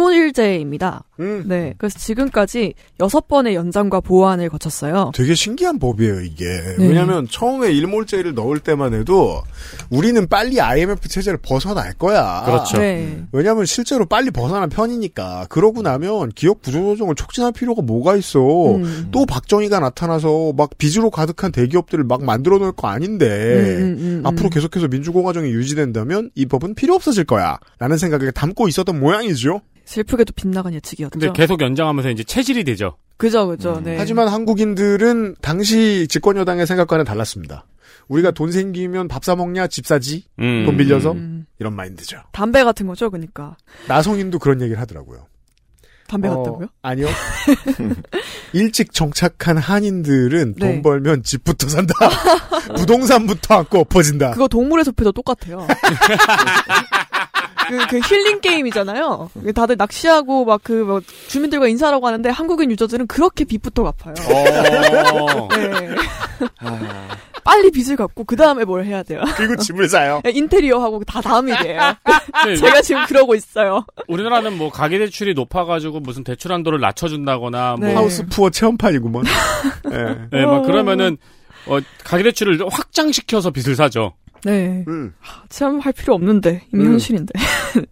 Speaker 4: 일문일제입니다.
Speaker 2: 음.
Speaker 4: 네 그래서 지금까지 여섯 번의 연장과 보완을 거쳤어요.
Speaker 2: 되게 신기한 법이에요, 이게.
Speaker 4: 네.
Speaker 2: 왜냐면 처음에 일몰제를 넣을 때만 해도 우리는 빨리 IMF 체제를 벗어날 거야.
Speaker 3: 그렇죠. 네.
Speaker 2: 왜냐면 실제로 빨리 벗어난 편이니까. 그러고 나면 기업 구조조정을 촉진할 필요가 뭐가 있어.
Speaker 4: 음,
Speaker 2: 또 박정희가 나타나서 막 빚으로 가득한 대기업들을 막 만들어 놓을 거 예. 아닌데.
Speaker 4: 음, 음, 음.
Speaker 2: 앞으로 계속해서 민주공화정이 유지된다면 이 법은 필요 없어질 거야. 라는 생각을 담고 있었던 모양이죠.
Speaker 4: 슬프게도 빗나간 예측이었죠.
Speaker 3: 근데 계속 연장하면서 이제 체질이 되죠.
Speaker 4: 그죠 그죠. 네.
Speaker 2: 음. 하지만 한국인들은 당시 집권 여당의 생각과는 달랐습니다. 우리가 돈 생기면 밥 사 먹냐 집 사지
Speaker 3: 음.
Speaker 2: 돈 빌려서 이런 마인드죠.
Speaker 4: 담배 같은 거죠, 그러니까.
Speaker 2: 나성인도 그런 얘기를 하더라고요.
Speaker 4: 담배
Speaker 2: 어,
Speaker 4: 같다고요?
Speaker 2: 아니요. 일찍 정착한 한인들은
Speaker 4: 네.
Speaker 2: 돈 벌면 집부터 산다. 부동산부터 갖고 엎어진다.
Speaker 4: 그거 동물의 숲에도 똑같아요. 그, 그 힐링 게임이잖아요. 다들 낚시하고 막 그 주민들과 인사하라고 하는데 한국인 유저들은 그렇게 빚부터 갚아요.
Speaker 3: 어.
Speaker 4: 네. 빨리 빚을 갚고 그 다음에 뭘 해야 돼요.
Speaker 2: 그리고 집을 사요.
Speaker 4: 인테리어 하고 다 다음이 돼요.
Speaker 3: 네.
Speaker 4: 제가 지금 그러고 있어요.
Speaker 3: 우리나라는 뭐 가계 대출이 높아가지고 무슨 대출 한도를 낮춰준다거나
Speaker 4: 네.
Speaker 3: 뭐
Speaker 2: 하우스 푸어 체험판이구먼. 예.
Speaker 3: 네, 막 그러면은 어, 가계 대출을 확장시켜서 빚을 사죠.
Speaker 4: 네. 하, 참, 할 필요 없는데. 이미
Speaker 3: 음.
Speaker 4: 현실인데.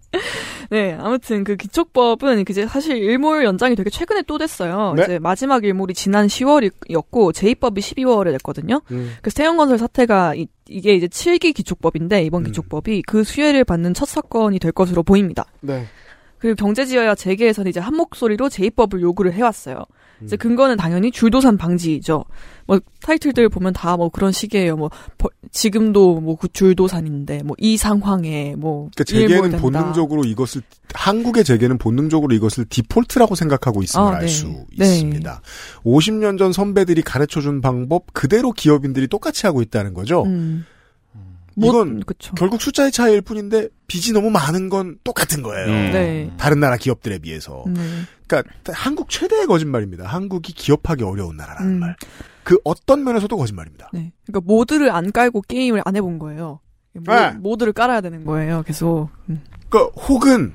Speaker 4: 네, 아무튼 그 기촉법은 이제 사실 일몰 연장이 되게 최근에 또 됐어요.
Speaker 6: 네.
Speaker 4: 이제 마지막 일몰이 지난 10월이었고, 제2법이 12월에 됐거든요.
Speaker 6: 음.
Speaker 4: 그래서 태형건설 사태가 이, 게 이제 7기 기촉법인데,
Speaker 2: 음.
Speaker 4: 이번 기촉법이 그 수혜를 받는 첫 사건이 될 것으로 보입니다.
Speaker 2: 네.
Speaker 4: 그리고 경제지어야 재계에서는 이제 한 목소리로 제입법을 요구를 해왔어요.
Speaker 2: 음.
Speaker 4: 이제 근거는 당연히 줄도산 방지죠. 뭐 타이틀들 보면 다 뭐 그런 식이에요. 뭐 버- 지금도 뭐 그 줄도산인데 뭐 이 상황에 뭐
Speaker 2: 그러니까
Speaker 4: 일몰
Speaker 2: 재계는
Speaker 4: 된다.
Speaker 2: 본능적으로 이것을 한국의 재계는 본능적으로 이것을 디폴트라고 생각하고 있음을
Speaker 4: 아, 네.
Speaker 2: 알 수
Speaker 4: 네.
Speaker 2: 있습니다.
Speaker 4: 음.
Speaker 2: 50년 전 선배들이 가르쳐준 방법 그대로 기업인들이 똑같이 하고 있다는 거죠. 이건 결국 숫자의 차이일 뿐인데 빚이 너무 많은 건 똑같은 거예요.
Speaker 6: 음. 네.
Speaker 2: 다른 나라 기업들에 비해서.
Speaker 4: 음. 네.
Speaker 2: 그러니까 한국 최대의 거짓말입니다. 한국이 기업하기 어려운 나라라는
Speaker 4: 음.
Speaker 2: 말. 그 어떤 면에서도 거짓말입니다.
Speaker 4: 네. 그러니까 모드를 안 깔고 게임을 안 해본 거예요. 모,
Speaker 2: 네.
Speaker 4: 모드를 깔아야 되는 거예요. 계속. 음.
Speaker 2: 그러니까 혹은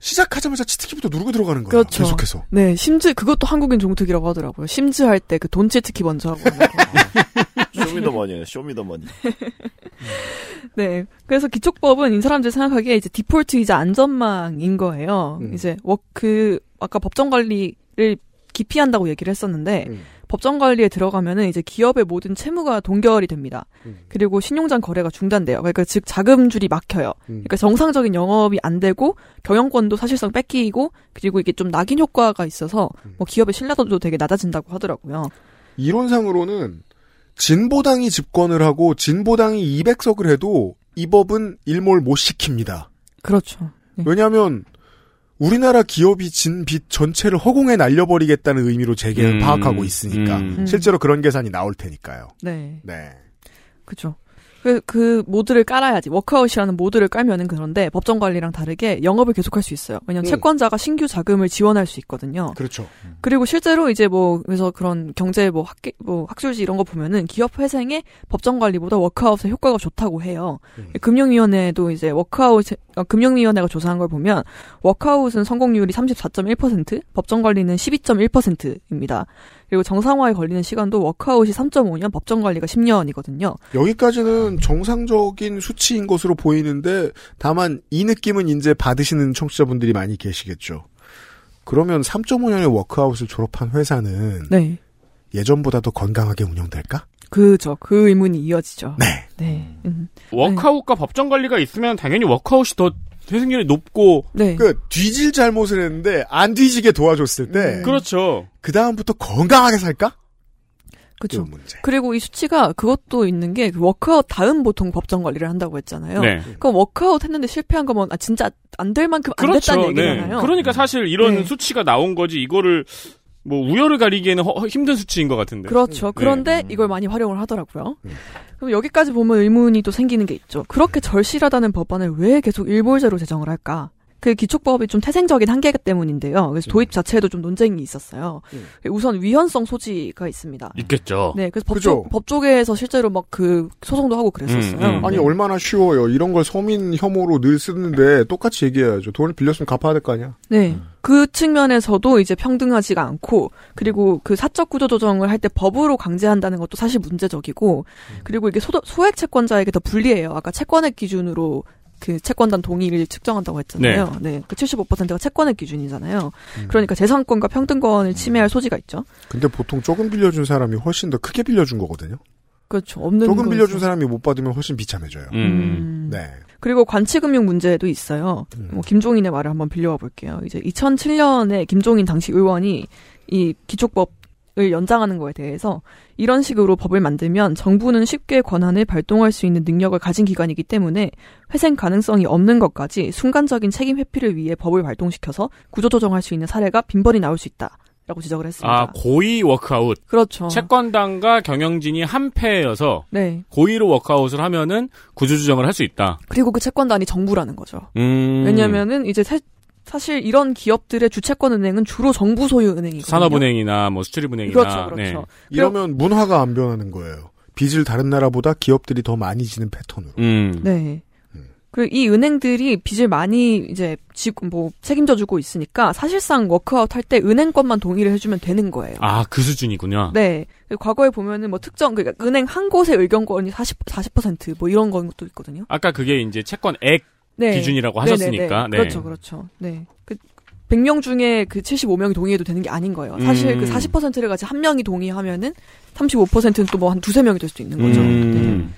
Speaker 2: 시작하자마자 치트키부터 누르고 들어가는 거예요.
Speaker 4: 그렇죠.
Speaker 2: 계속해서.
Speaker 4: 네, 심즈 그것도 한국인 종특이라고 하더라고요. 심즈 할 때 그 돈 치트키 먼저 하고.
Speaker 5: 쇼미더머니예요. 쇼미더머니.
Speaker 4: 네. 그래서 기초법은 이 사람들 이 생각하기에 이제 디폴트 이자 안전망인 거예요. 이제 워크 아까 법정 관리를 기피한다고 얘기를 했었는데 법정 관리에 들어가면은 이제 기업의 모든 채무가 동결이 됩니다. 그리고 신용장 거래가 중단돼요. 그러니까 즉 자금줄이 막혀요. 그러니까 정상적인 영업이 안 되고 경영권도 사실상 뺏기고 그리고 이게 좀 낙인 효과가 있어서 뭐 기업의 신뢰도도 되게 낮아진다고 하더라고요.
Speaker 2: 이론상으로는 진보당이 집권을 하고 진보당이 200석을 해도 이 법은 일몰 못 시킵니다.
Speaker 4: 그렇죠.
Speaker 2: 왜냐하면 우리나라 기업이 진 빚 전체를 허공에 날려버리겠다는 의미로 재계를
Speaker 6: 음,
Speaker 2: 파악하고 있으니까
Speaker 6: 음.
Speaker 2: 실제로 그런 계산이 나올 테니까요.
Speaker 4: 네.
Speaker 2: 네.
Speaker 4: 그죠. 그, 그 모드를 깔아야지. 워크아웃이라는 모드를 깔면은 그런데 법정 관리랑 다르게 영업을 계속할 수 있어요. 왜냐면
Speaker 7: 음.
Speaker 4: 채권자가 신규 자금을 지원할 수 있거든요.
Speaker 2: 그렇죠.
Speaker 4: 그리고 실제로 이제 뭐 그래서 그런 경제 뭐 학기 뭐 학술지 이런 거 보면은 기업 회생의 법정 관리보다 워크아웃의 효과가 좋다고 해요. 금융위원회도 이제 워크아웃 어, 금융위원회가 조사한 걸 보면 워크아웃은 성공률이 34.1%, 법정 관리는 12.1%입니다. 그리고 정상화에 걸리는 시간도 워크아웃이 3.5년, 법정 관리가 10년이거든요.
Speaker 2: 여기까지는 정상적인 수치인 것으로 보이는데 다만 이 느낌은 이제 받으시는 청취자분들이 많이 계시겠죠. 그러면 3.5년의 워크아웃을 졸업한 회사는
Speaker 4: 네.
Speaker 2: 예전보다 더 건강하게 운영될까?
Speaker 4: 그죠. 그 의문이 이어지죠. 네. 음.
Speaker 3: 워크아웃과 법정 관리가 있으면 당연히 워크아웃이 더 회생률이 높고
Speaker 4: 네.
Speaker 2: 그 뒤질 잘못을 했는데 안 뒤지게 도와줬을 때
Speaker 3: 그렇죠.
Speaker 2: 그 다음부터 건강하게 살까? 그렇죠.
Speaker 4: 그죠. 그리고 이 수치가 그것도 있는 게그 워크아웃 다음 보통 법정 관리를 한다고 했잖아요.
Speaker 3: 네.
Speaker 4: 그럼 워크아웃 했는데 실패한 거면 아 진짜 안 될 만큼 안 됐다는 얘기잖아요. 네.
Speaker 3: 그러니까 사실 이런 수치가 나온 거지 이거를 뭐 우열을 가리기에는 허- 힘든 수치인 것 같은데.
Speaker 4: 그렇죠. 그런데 이걸 많이 활용을 하더라고요. 그럼 여기까지 보면 의문이 또 생기는 게 있죠. 그렇게 절실하다는 법안을 왜 계속 일몰제로 제정을 할까? 그 기초법이 좀 태생적인 한계 때문인데요. 그래서 도입 자체에도 좀 논쟁이 있었어요. 우선 위헌성 소지가 있습니다.
Speaker 3: 있겠죠.
Speaker 4: 네, 그래서
Speaker 2: 그죠.
Speaker 4: 법조, 법조계에서 실제로 막 그 소송도 하고 그랬었어요. 네.
Speaker 2: 아니 얼마나 쉬워요. 이런 걸 서민 혐오로 늘 쓰는데 똑같이 얘기해야죠. 돈을 빌렸으면 갚아야 될 거 아니야.
Speaker 4: 네. 그 측면에서도 이제 평등하지가 않고, 그리고 그 사적 구조 조정을 할 때 법으로 강제한다는 것도 사실 문제적이고, 그리고 이게 소, 소액 채권자에게 더 불리해요. 아까 채권액 기준으로 그 채권단 동의를 측정한다고 했잖아요. 네. 그 75%가 채권액 기준이잖아요. 그러니까 재산권과 평등권을 침해할 소지가 있죠.
Speaker 2: 근데 보통 조금 빌려준 사람이 훨씬 더 크게 빌려준 거거든요.
Speaker 4: 그렇죠. 없는
Speaker 2: 조금
Speaker 4: 거에서.
Speaker 2: 빌려준 사람이 못 받으면 훨씬 비참해져요.
Speaker 4: 음.
Speaker 2: 네.
Speaker 4: 그리고 관치금융 문제도 있어요. 뭐 김종인의 말을 한번 빌려와 볼게요. 이제 2007년에 김종인 당시 의원이 이 기초법을 연장하는 거에 대해서 이런 식으로 법을 만들면 정부는 쉽게 권한을 발동할 수 있는 능력을 가진 기관이기 때문에 회생 가능성이 없는 것까지 순간적인 책임 회피를 위해 법을 발동시켜서 구조 조정할 수 있는 사례가 빈번히 나올 수 있다라고 지적을 했습니다.
Speaker 3: 아 고의 워크아웃.
Speaker 4: 그렇죠.
Speaker 3: 채권단과 경영진이 한패여서
Speaker 4: 네.
Speaker 3: 고의로 워크아웃을 하면은 구조조정을 할 수 있다.
Speaker 4: 그리고 그 채권단이 정부라는 거죠.
Speaker 3: 음.
Speaker 4: 왜냐면은 이제 사, 실 이런 기업들의 주채권 은행은 주로 정부 소유 은행이거든요.
Speaker 3: 산업은행이나 뭐 수출입은행이나
Speaker 4: 그렇죠, 그렇죠.
Speaker 2: 이러면 문화가 안 변하는 거예요. 빚을 다른 나라보다 기업들이 더 많이 지는 패턴으로.
Speaker 3: 음.
Speaker 4: 네. 그리고 이 은행들이 빚을 많이 이제 지금 뭐 책임져 주고 있으니까 사실상 워크아웃 할 때 은행권만 동의를 해주면 되는 거예요.
Speaker 3: 아그 수준이군요.
Speaker 4: 네. 과거에 보면은 뭐 특정 그러니까 은행 한 곳의 의견권이 40 40%뭐 이런 것도 있거든요.
Speaker 3: 아까 그게 이제 채권액
Speaker 4: 네.
Speaker 3: 기준이라고
Speaker 4: 네네네.
Speaker 3: 하셨으니까. 네.
Speaker 4: 그렇죠, 그렇죠. 네. 그 100명 중에 그 75명이 동의해도 되는 게 아닌 거예요. 사실
Speaker 3: 음.
Speaker 4: 그 40%를 같이 한 명이 동의하면은 그렇죠. 35%는 또 뭐 한 두세 명이 될 수도 있는 거죠.
Speaker 3: 음.
Speaker 4: 네.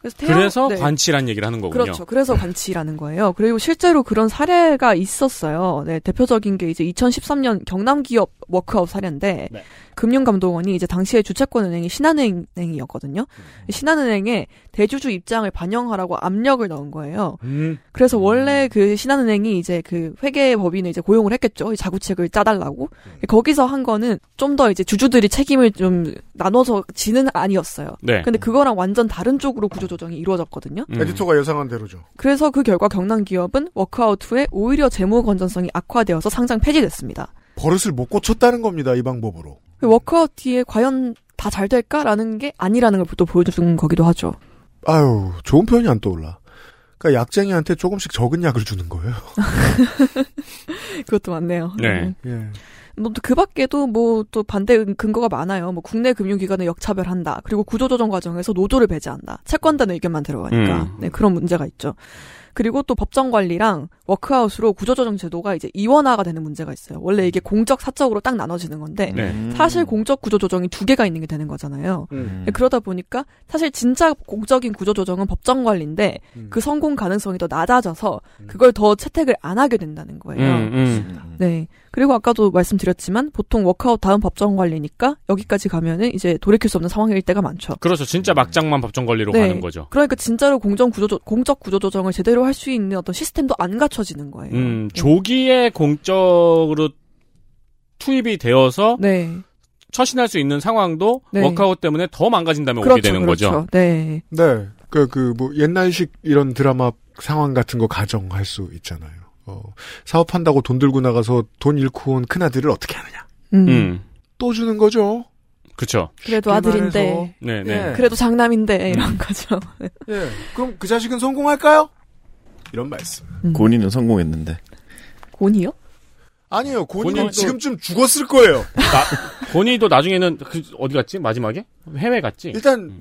Speaker 4: 그래서 태양-
Speaker 6: 그래서
Speaker 4: 네.
Speaker 6: 관치란 얘기를 하는 거군요.
Speaker 4: 그렇죠. 그래서 관치라는 거예요. 그리고 실제로 그런 사례가 있었어요. 네, 대표적인 게 이제 2013년 경남 기업 워크아웃 사례인데
Speaker 6: 네.
Speaker 4: 금융감독원이 이제 당시에 주채권은행이 신한은행이었거든요.
Speaker 6: 음.
Speaker 4: 신한은행에 대주주 입장을 반영하라고 압력을 넣은 거예요.
Speaker 6: 음.
Speaker 4: 그래서 원래 그 신한은행이 이제 그 회계법인을 이제 고용을 했겠죠. 이 자구책을 짜달라고.
Speaker 6: 음.
Speaker 4: 거기서 한 거는 좀 더 이제 주주들이 책임을 좀 나눠서 지는 아니었어요.
Speaker 2: 네.
Speaker 4: 근데 그거랑 완전 다른 쪽으로 구조조정이 이루어졌거든요.
Speaker 3: 음.
Speaker 2: 에디터가 예상한 대로죠.
Speaker 4: 그래서 그 결과 경남 기업은 워크아웃 후에 오히려 재무 건전성이 악화되어서 상장 폐지됐습니다.
Speaker 2: 버릇을 못 고쳤다는 겁니다. 이 방법으로.
Speaker 4: 그 워크아웃 뒤에 과연 다 잘 될까라는 게 아니라는 걸 또 보여준 거기도 하죠.
Speaker 2: 아유, 좋은 표현이 안 떠올라. 그러니까 약쟁이한테 조금씩 적은 약을 주는 거예요.
Speaker 4: 그것도 맞네요.
Speaker 2: 예.
Speaker 4: 뭐그 밖에도 뭐 또 반대 근거가 많아요. 뭐 국내 금융기관을 역차별한다. 그리고 구조조정 과정에서 노조를 배제한다. 채권단의 의견만 들어가니까
Speaker 16: 음.
Speaker 4: 네, 그런 문제가 있죠. 그리고 또 법정 관리랑 워크아웃으로 구조조정 제도가 이제 이원화가 되는 문제가 있어요. 원래 이게 공적 사적으로 딱 나눠지는 건데
Speaker 16: 네. 음.
Speaker 4: 사실 공적 구조조정이 두 개가 있는 게 되는 거잖아요.
Speaker 16: 음.
Speaker 4: 그러다 보니까 사실 진짜 공적인 구조조정은 법정 관리인데
Speaker 6: 음.
Speaker 4: 그 성공 가능성이 더 낮아져서 그걸 더 채택을 안 하게 된다는
Speaker 3: 음,
Speaker 4: 거예요.
Speaker 6: 음,
Speaker 5: 음.
Speaker 4: 네. 그리고 아까도 말씀드렸지만 보통 워크아웃 다음 법정 관리니까 여기까지 가면은 이제 돌이킬 수 없는 상황일 때가 많죠.
Speaker 6: 그렇죠. 진짜 막장만 법정 관리로
Speaker 4: 네.
Speaker 6: 가는 거죠.
Speaker 4: 그러니까 진짜로 공정 구조 공적 구조 조정을 제대로 할 수 있는 어떤 시스템도 안 갖춰지는 거예요. 네.
Speaker 6: 음, 조기에 공적으로 투입이 되어서
Speaker 4: 네.
Speaker 6: 처신할 수 있는 상황도
Speaker 4: 네.
Speaker 6: 워크아웃 때문에 더 망가진다면 오게 되는 거죠.
Speaker 4: 그렇죠, 네.
Speaker 2: 네. 그, 그, 뭐, 옛날식 이런 드라마 상황 같은 거 가정할 수 있잖아요. 어, 사업한다고 돈 들고 나가서 돈 잃고 온 큰아들을 어떻게 하느냐.
Speaker 4: 음.
Speaker 2: 또 주는 거죠.
Speaker 6: 그렇죠.
Speaker 4: 그래도 아들인데.
Speaker 6: 네, 네.
Speaker 4: 그래도 장남인데
Speaker 6: 음.
Speaker 4: 이런 거죠.
Speaker 2: 예. 그럼 그 자식은 성공할까요? 이런 말씀.
Speaker 5: 곤이는 성공했는데.
Speaker 4: 곤이요?
Speaker 2: 아니에요. 곤이
Speaker 6: 곤이
Speaker 2: 지금쯤 죽었을 거예요.
Speaker 6: 나, 본인도 나중에는 그 어디 갔지? 마지막에 해외
Speaker 3: 예.
Speaker 6: 갔지?
Speaker 2: 일단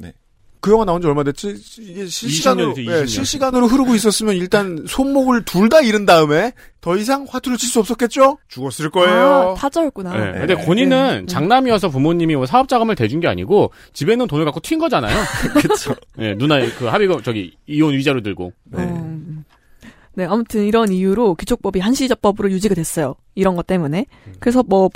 Speaker 2: 그 영화 나온 지 얼마 됐지? 이게 실시간으로
Speaker 6: 20년이지,
Speaker 2: 예,
Speaker 6: 20년.
Speaker 2: 실시간으로 흐르고 있었으면 일단 손목을 둘 다 잃은 다음에 더 이상 화투를 칠 수 없었겠죠? 죽었을 거예요.
Speaker 4: 아, 음, 타저였구나.
Speaker 6: 네. 근데 곤이는 장남이어서 부모님이 뭐 사업 자금을 대준 게 아니고 집에는 돈을 갖고 튄 거잖아요.
Speaker 5: 그렇죠.
Speaker 6: 네, 누나 그 합의금 저기 이혼 위자료 들고.
Speaker 5: 음.
Speaker 4: 음, 네, 아무튼 이런 이유로 기초법이 한시적법으로 유지가 됐어요. 이런 것 때문에.
Speaker 2: 음.
Speaker 4: 그래서 뭐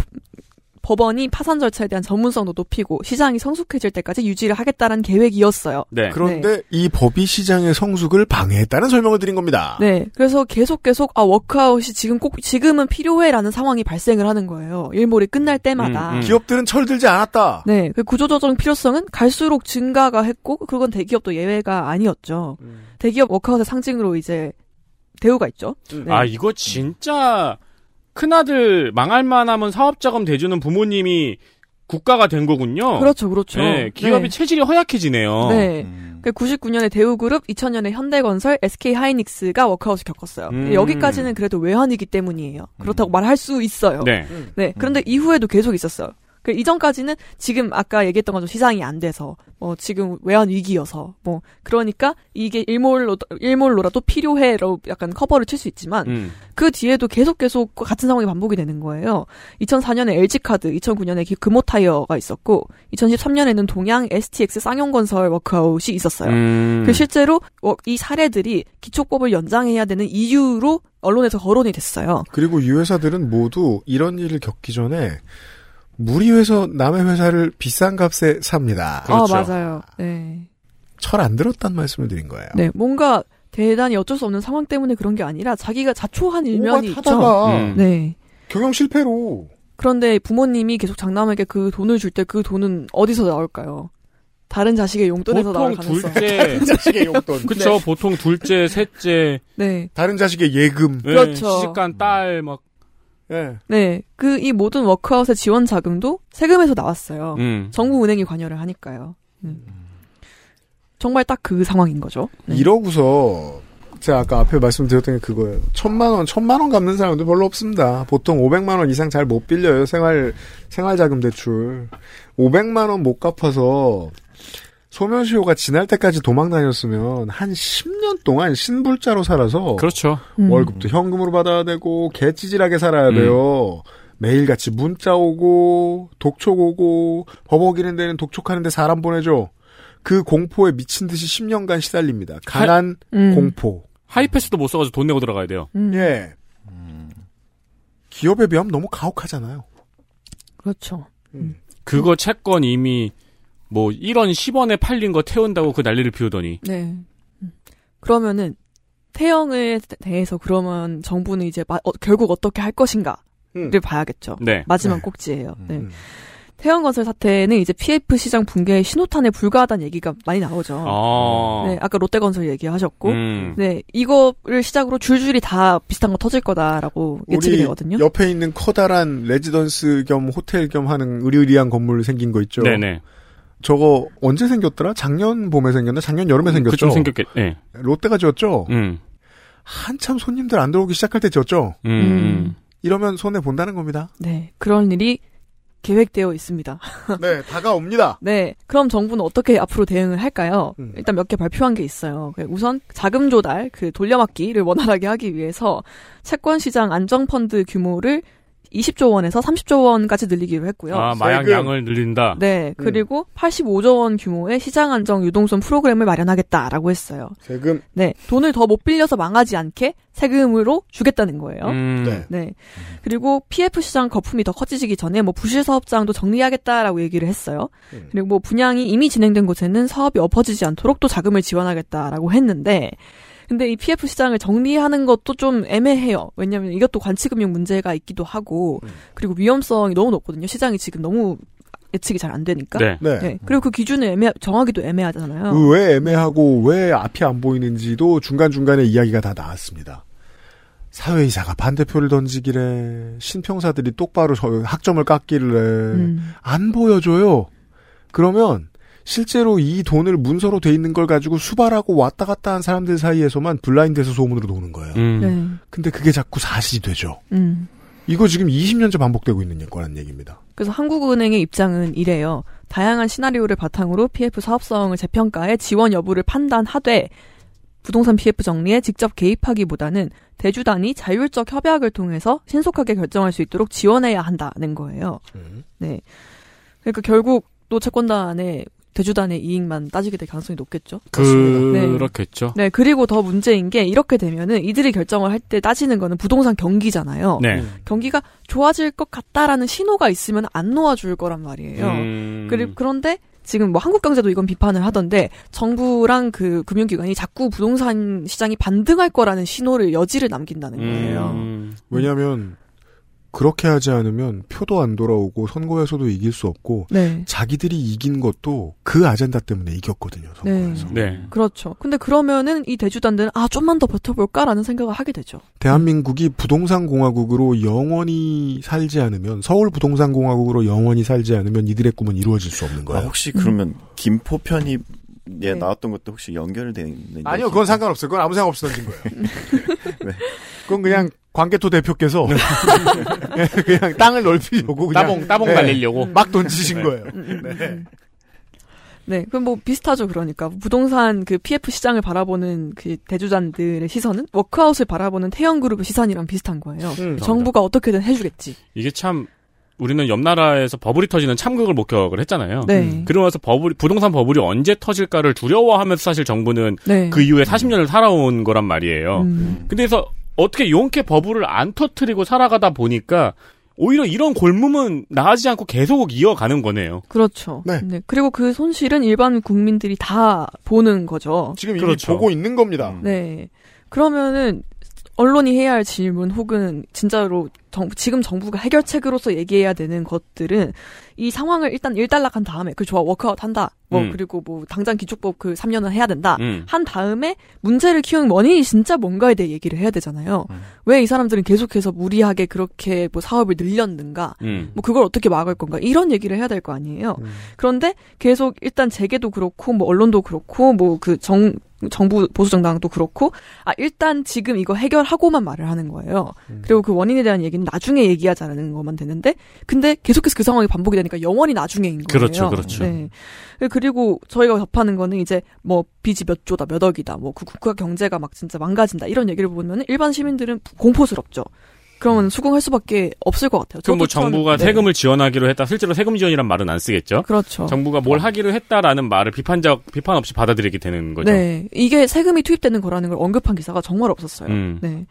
Speaker 4: 법원이 파산 절차에 대한 전문성도 높이고 시장이 성숙해질 때까지 유지를 하겠다는 계획이었어요.
Speaker 2: 네. 그런데 이 법이 시장의 성숙을 방해했다는 설명을 드린 겁니다.
Speaker 4: 네, 그래서 계속 계속 아 워크아웃이 지금 꼭 지금은 필요해라는 상황이 발생을 하는 거예요. 일몰이 끝날 때마다.
Speaker 2: 음, 음. 기업들은 철들지 않았다.
Speaker 4: 네, 그 구조조정 필요성은 갈수록 증가가 했고 그건 대기업도 예외가 아니었죠.
Speaker 2: 음.
Speaker 4: 대기업 워크아웃의 상징으로 이제 대우가 있죠. 네.
Speaker 6: 아 이거 진짜 큰아들 망할 만하면 사업 자금 대주는 부모님이 국가가 된 거군요.
Speaker 4: 그렇죠, 그렇죠.
Speaker 6: 네, 기업이 어.
Speaker 4: 네.
Speaker 6: 체질이 허약해지네요.
Speaker 4: 네.
Speaker 5: 음.
Speaker 4: 99년에 대우그룹, 2000년에 현대건설, SK하이닉스가 워크아웃을 겪었어요.
Speaker 6: 음.
Speaker 4: 여기까지는 그래도 외환이기 때문이에요. 그렇다고 말할 수 있어요.
Speaker 6: 네.
Speaker 4: 네, 그런데 이후에도 계속 있었어요. 그 이전까지는 지금 아까 얘기했던 것처럼 시장이 안 돼서 뭐 지금 외환 위기여서 뭐 그러니까 이게 일몰로 일몰로라도 필요해로 약간 커버를 칠 수 있지만
Speaker 6: 음.
Speaker 4: 그 뒤에도 계속 계속 같은 상황이 반복이 되는 거예요. 2004년에 LG카드, 2009년에 금호타이어가 있었고 2013년에는 동양 STX 쌍용건설 워크아웃이 있었어요.
Speaker 16: 음.
Speaker 4: 그 실제로 워- 이 사례들이 기초법을 연장해야 되는 이유로 언론에서 거론이 됐어요.
Speaker 2: 그리고 이 회사들은 모두 이런 일을 겪기 전에 무리 회사 남의 회사를 비싼 값에 삽니다.
Speaker 4: 아, 맞아요. 네.
Speaker 2: 철 안 들었단 말씀을 드린 거예요.
Speaker 4: 네, 뭔가 대단히 어쩔 수 없는 상황 때문에 그런 게 아니라 자기가 자초한 일면이 있죠.
Speaker 2: 오바타다가
Speaker 6: 음.
Speaker 4: 네.
Speaker 2: 경영 실패로
Speaker 4: 그런데 부모님이 계속 장남에게 그 돈을 줄 때 그 돈은 어디서 나올까요? 다른 자식의 용돈에서 네. 나올
Speaker 6: 보통
Speaker 4: 가능성.
Speaker 6: 둘째 그쵸 보통 둘째, 셋째.
Speaker 4: 네.
Speaker 2: 네. 다른 자식의 예금.
Speaker 6: 네,
Speaker 4: 그렇죠.
Speaker 6: 시집간 딸 막.
Speaker 2: 예.
Speaker 4: 네, 그 이 모든 워크아웃의 지원 자금도 세금에서 나왔어요.
Speaker 6: 음.
Speaker 4: 정부은행이 관여를 하니까요. 음. 정말 딱 그 상황인 거죠.
Speaker 2: 네. 이러고서 제가 아까 앞에 말씀드렸던 게 그거예요. 천만 원, 천만 원 갚는 사람도 별로 없습니다. 보통 500만 원 이상 잘 못 빌려요. 생활 생활자금 대출. 500만 원 못 갚아서 소멸시효가 지날 때까지 도망 다녔으면 한 10년 동안 신불자로
Speaker 4: 어.
Speaker 2: 살아서
Speaker 6: 그렇죠.
Speaker 4: 음.
Speaker 2: 월급도 현금으로 받아야 되고 개찌질하게 살아야
Speaker 6: 음.
Speaker 2: 돼요. 매일같이 문자 오고 독촉 오고 버벅이는 데는 독촉하는데 사람 보내줘. 그 공포에 미친 듯이 10년간 시달립니다. 가난, 하... 음. 공포.
Speaker 6: 하이패스도 못 써가지고 돈 내고 들어가야 돼요.
Speaker 2: 음. 예. 기업에 비하면 너무 가혹하잖아요.
Speaker 4: 그렇죠. 음.
Speaker 6: 그거 채권 이미 뭐 1원 10원에 팔린 거 태운다고 그 난리를 피우더니.
Speaker 4: 네. 그러면은 태형에 대해서 그러면 정부는 이제 마, 어, 결국 어떻게 할 것인가를 음. 봐야겠죠.
Speaker 6: 네.
Speaker 4: 마지막 네. 꼭지예요. 네. 음. 태형건설 사태는 이제 PF 시장 붕괴의 신호탄에 불과하다는 얘기가 많이 나오죠.
Speaker 6: 아.
Speaker 4: 네, 아까 롯데건설 얘기하셨고, 음. 네 이거를 시작으로 줄줄이 다 비슷한 거 터질 거다라고 예측이 되거든요.
Speaker 2: 옆에 있는 커다란 레지던스 겸 호텔 겸 하는 의리의리한 건물 생긴 거 있죠.
Speaker 6: 네네.
Speaker 2: 저거 언제 생겼더라? 작년 봄에 생겼나? 작년 여름에 생겼죠.
Speaker 6: 음,
Speaker 2: 뭐.
Speaker 6: 그쯤 생겼겠. 네.
Speaker 2: 롯데가 지었죠.
Speaker 6: 음.
Speaker 2: 한참 손님들 안 들어오기 시작할 때 지었죠.
Speaker 6: 음. 음.
Speaker 2: 이러면 손해 본다는 겁니다.
Speaker 4: 네, 그런 일이 계획되어 있습니다.
Speaker 2: 네, 다가옵니다.
Speaker 4: 네, 그럼 정부는 어떻게 앞으로 대응을 할까요? 음. 일단 몇 개 발표한 게 있어요. 그 우선 자금 조달, 그 돌려막기를 원활하게 하기 위해서 채권 시장 안정 펀드 규모를 20조 원에서 30조 원까지 늘리기로 했고요.
Speaker 6: 아, 마약 양을 늘린다.
Speaker 4: 네, 그리고 음. 85조 원 규모의 시장 안정 유동성 프로그램을 마련하겠다라고 했어요.
Speaker 2: 세금.
Speaker 4: 네, 돈을 더 못 빌려서 망하지 않게 세금으로 주겠다는 거예요.
Speaker 6: 음.
Speaker 2: 네.
Speaker 4: 네. 그리고 PF 시장 거품이 더 커지기 전에 뭐 부실 사업장도 정리하겠다라고 얘기를 했어요.
Speaker 6: 네.
Speaker 4: 음. 그리고 뭐 분양이 이미 진행된 곳에는 사업이 엎어지지 않도록 또 자금을 지원하겠다라고 했는데 근데 이 PF 시장을 정리하는 것도 좀 애매해요. 왜냐하면 이것도 관치금융 문제가 있기도 하고
Speaker 6: 네.
Speaker 4: 그리고 위험성이 너무 높거든요. 시장이 지금 너무 예측이 잘 안 되니까.
Speaker 6: 네.
Speaker 2: 네.
Speaker 4: 네. 그리고 그 기준을 애매 정하기도 애매하잖아요.
Speaker 2: 왜 애매하고 왜 앞이 안 보이는지도 중간 중간에 이야기가 다 나왔습니다. 사회이사가 반대표를 던지기래 신평사들이 똑바로 학점을 깎길래
Speaker 6: 그
Speaker 2: 음. 안 보여줘요. 그러면 실제로 이 돈을 문서로 돼 있는 걸 가지고 수발하고 왔다 갔다 한 사람들 사이에서만 블라인드에서 소문으로 도는 거예요.
Speaker 6: 음.
Speaker 4: 네.
Speaker 2: 근데 그게 자꾸 사실이 되죠.
Speaker 4: 음.
Speaker 2: 이거 지금 20년째 반복되고 있는 거란 얘기입니다.
Speaker 4: 그래서 한국은행의 입장은 이래요. 다양한 시나리오를 바탕으로 PF 사업성을 재평가해 지원 여부를 판단하되 부동산 PF 정리에 직접 개입하기보다는 대주단이 자율적 협약을 통해서 신속하게 결정할 수 있도록 지원해야 한다는 거예요.
Speaker 2: 음.
Speaker 4: 네. 그러니까 결국 또 채권단의 대주단의 이익만 따지게 될 가능성이 높겠죠.
Speaker 6: 그... 네. 그렇겠죠.
Speaker 4: 네. 그리고 더 문제인 게 이렇게 되면은 이들이 결정을 할 때 따지는 거는 부동산 경기잖아요.
Speaker 6: 네.
Speaker 4: 경기가 좋아질 것 같다라는 신호가 있으면 안 놓아줄 거란 말이에요.
Speaker 6: 음...
Speaker 4: 그리고 그런데 지금 뭐 한국경제도 이건 비판을 하던데 정부랑 그 금융기관이 자꾸 부동산 시장이 반등할 거라는 신호를 여지를 남긴다는 거예요.
Speaker 6: 음...
Speaker 2: 왜냐하면 그렇게 하지 않으면 표도 안 돌아오고 선거에서도 이길 수 없고
Speaker 4: 네.
Speaker 2: 자기들이 이긴 것도 그 아젠다 때문에 이겼거든요 선거에서.
Speaker 6: 네. 네.
Speaker 4: 그렇죠. 근데 그러면은 이 대주단들은 아 좀만 더 버텨볼까라는 생각을 하게 되죠.
Speaker 2: 대한민국이 부동산 공화국으로 영원히 살지 않으면 서울 부동산 공화국으로 영원히 살지 않으면 이들의 꿈은 이루어질 수 없는 거예요.
Speaker 5: 아, 혹시 그러면 음. 김포 편입 예, 네. 나왔던 것도 혹시 연결되어 있는
Speaker 2: 아니요, 그건 상관없어요. 그건 아무 생각 없이 던진 거예요. 네. 그건 그냥 관계토 대표께서 그냥 땅을 넓히려고 그냥
Speaker 6: 따봉 따봉 네. 날리려고
Speaker 2: 막 던지신 거예요.
Speaker 4: 네. 네, 그럼 뭐 비슷하죠. 그러니까 부동산 그 PF 시장을 바라보는 그 대주단들의 시선은 워크아웃을 바라보는 태형 그룹의 시선이랑 비슷한 거예요. 음, 정부가 어떻게든 해주겠지.
Speaker 6: 이게 참 우리는 옆 나라에서 버블이 터지는 참극을 목격을 했잖아요.
Speaker 4: 네.
Speaker 6: 어. 음. 그러면서 버블 부동산 버블이 언제 터질까를 두려워하면서 사실 정부는
Speaker 4: 네.
Speaker 6: 그 어. 이후에 40년을 살아온 거란 말이에요.
Speaker 4: 음.
Speaker 6: 근데 그래서 어떻게 용케 버블을 안 터트리고 살아가다 보니까 오히려 이런 골몸은 나아지지 않고 계속 이어가는 거네요.
Speaker 4: 그렇죠.
Speaker 2: 네.
Speaker 4: 네. 그리고 그 손실은 일반 국민들이 다 보는 거죠.
Speaker 2: 지금 이미 그렇죠. 보고 있는 겁니다.
Speaker 4: 네. 그러면은 언론이 해야 할 질문 혹은 진짜로 정, 지금 정부가 해결책으로서 얘기해야 되는 것들은 이 상황을 일단 일단락한 다음에 그 좋아 워크아웃 한다 뭐
Speaker 6: 음.
Speaker 4: 그리고 뭐 당장 기축법 그 3년은 해야 된다
Speaker 6: 음.
Speaker 4: 한 다음에 문제를 키운 원인이 진짜 뭔가에 대해 얘기를 해야 되잖아요
Speaker 6: 음.
Speaker 4: 왜이 사람들은 계속해서 무리하게 그렇게 뭐 사업을 늘렸는가
Speaker 3: 음.
Speaker 4: 뭐 그걸 어떻게 막을 건가 이런 얘기를 해야 될 거 아니에요
Speaker 6: 음.
Speaker 4: 그런데 계속 일단 재계도 그렇고 뭐 언론도 그렇고 뭐그정 정부 보수 정당도 그렇고 아 일단 지금 이거 해결하고만 말을 하는 거예요.
Speaker 2: 음.
Speaker 4: 그리고 그 원인에 대한 얘기는 나중에 얘기하자는 것만 되는데 근데 계속해서 그 상황이 반복이 되니까 영원히 나중에인 거예요.
Speaker 6: 그렇죠, 그렇죠.
Speaker 4: 네. 그리고 저희가 접하는 거는 이제 뭐 빚이 몇 조다, 몇 억이다, 뭐 그 국가 경제가 막 진짜 망가진다 이런 얘기를 보면 일반 시민들은 공포스럽죠.
Speaker 6: 음.
Speaker 4: 그러면 수긍할 수밖에 없을 것 같아요.
Speaker 3: 그럼 뭐
Speaker 4: 저도 처음에-
Speaker 3: 정부가
Speaker 4: 네.
Speaker 3: 세금을 지원하기로 했다. 실제로 세금 지원이란 말은 안 쓰겠죠.
Speaker 4: 그렇죠.
Speaker 3: 정부가 뭘 하기로 했다라는 말을 비판적 비판 없이 받아들이게 되는 거죠.
Speaker 4: 네, 이게 세금이 투입되는 거라는 걸 언급한 기사가 정말 없었어요.
Speaker 3: 음.
Speaker 4: 네.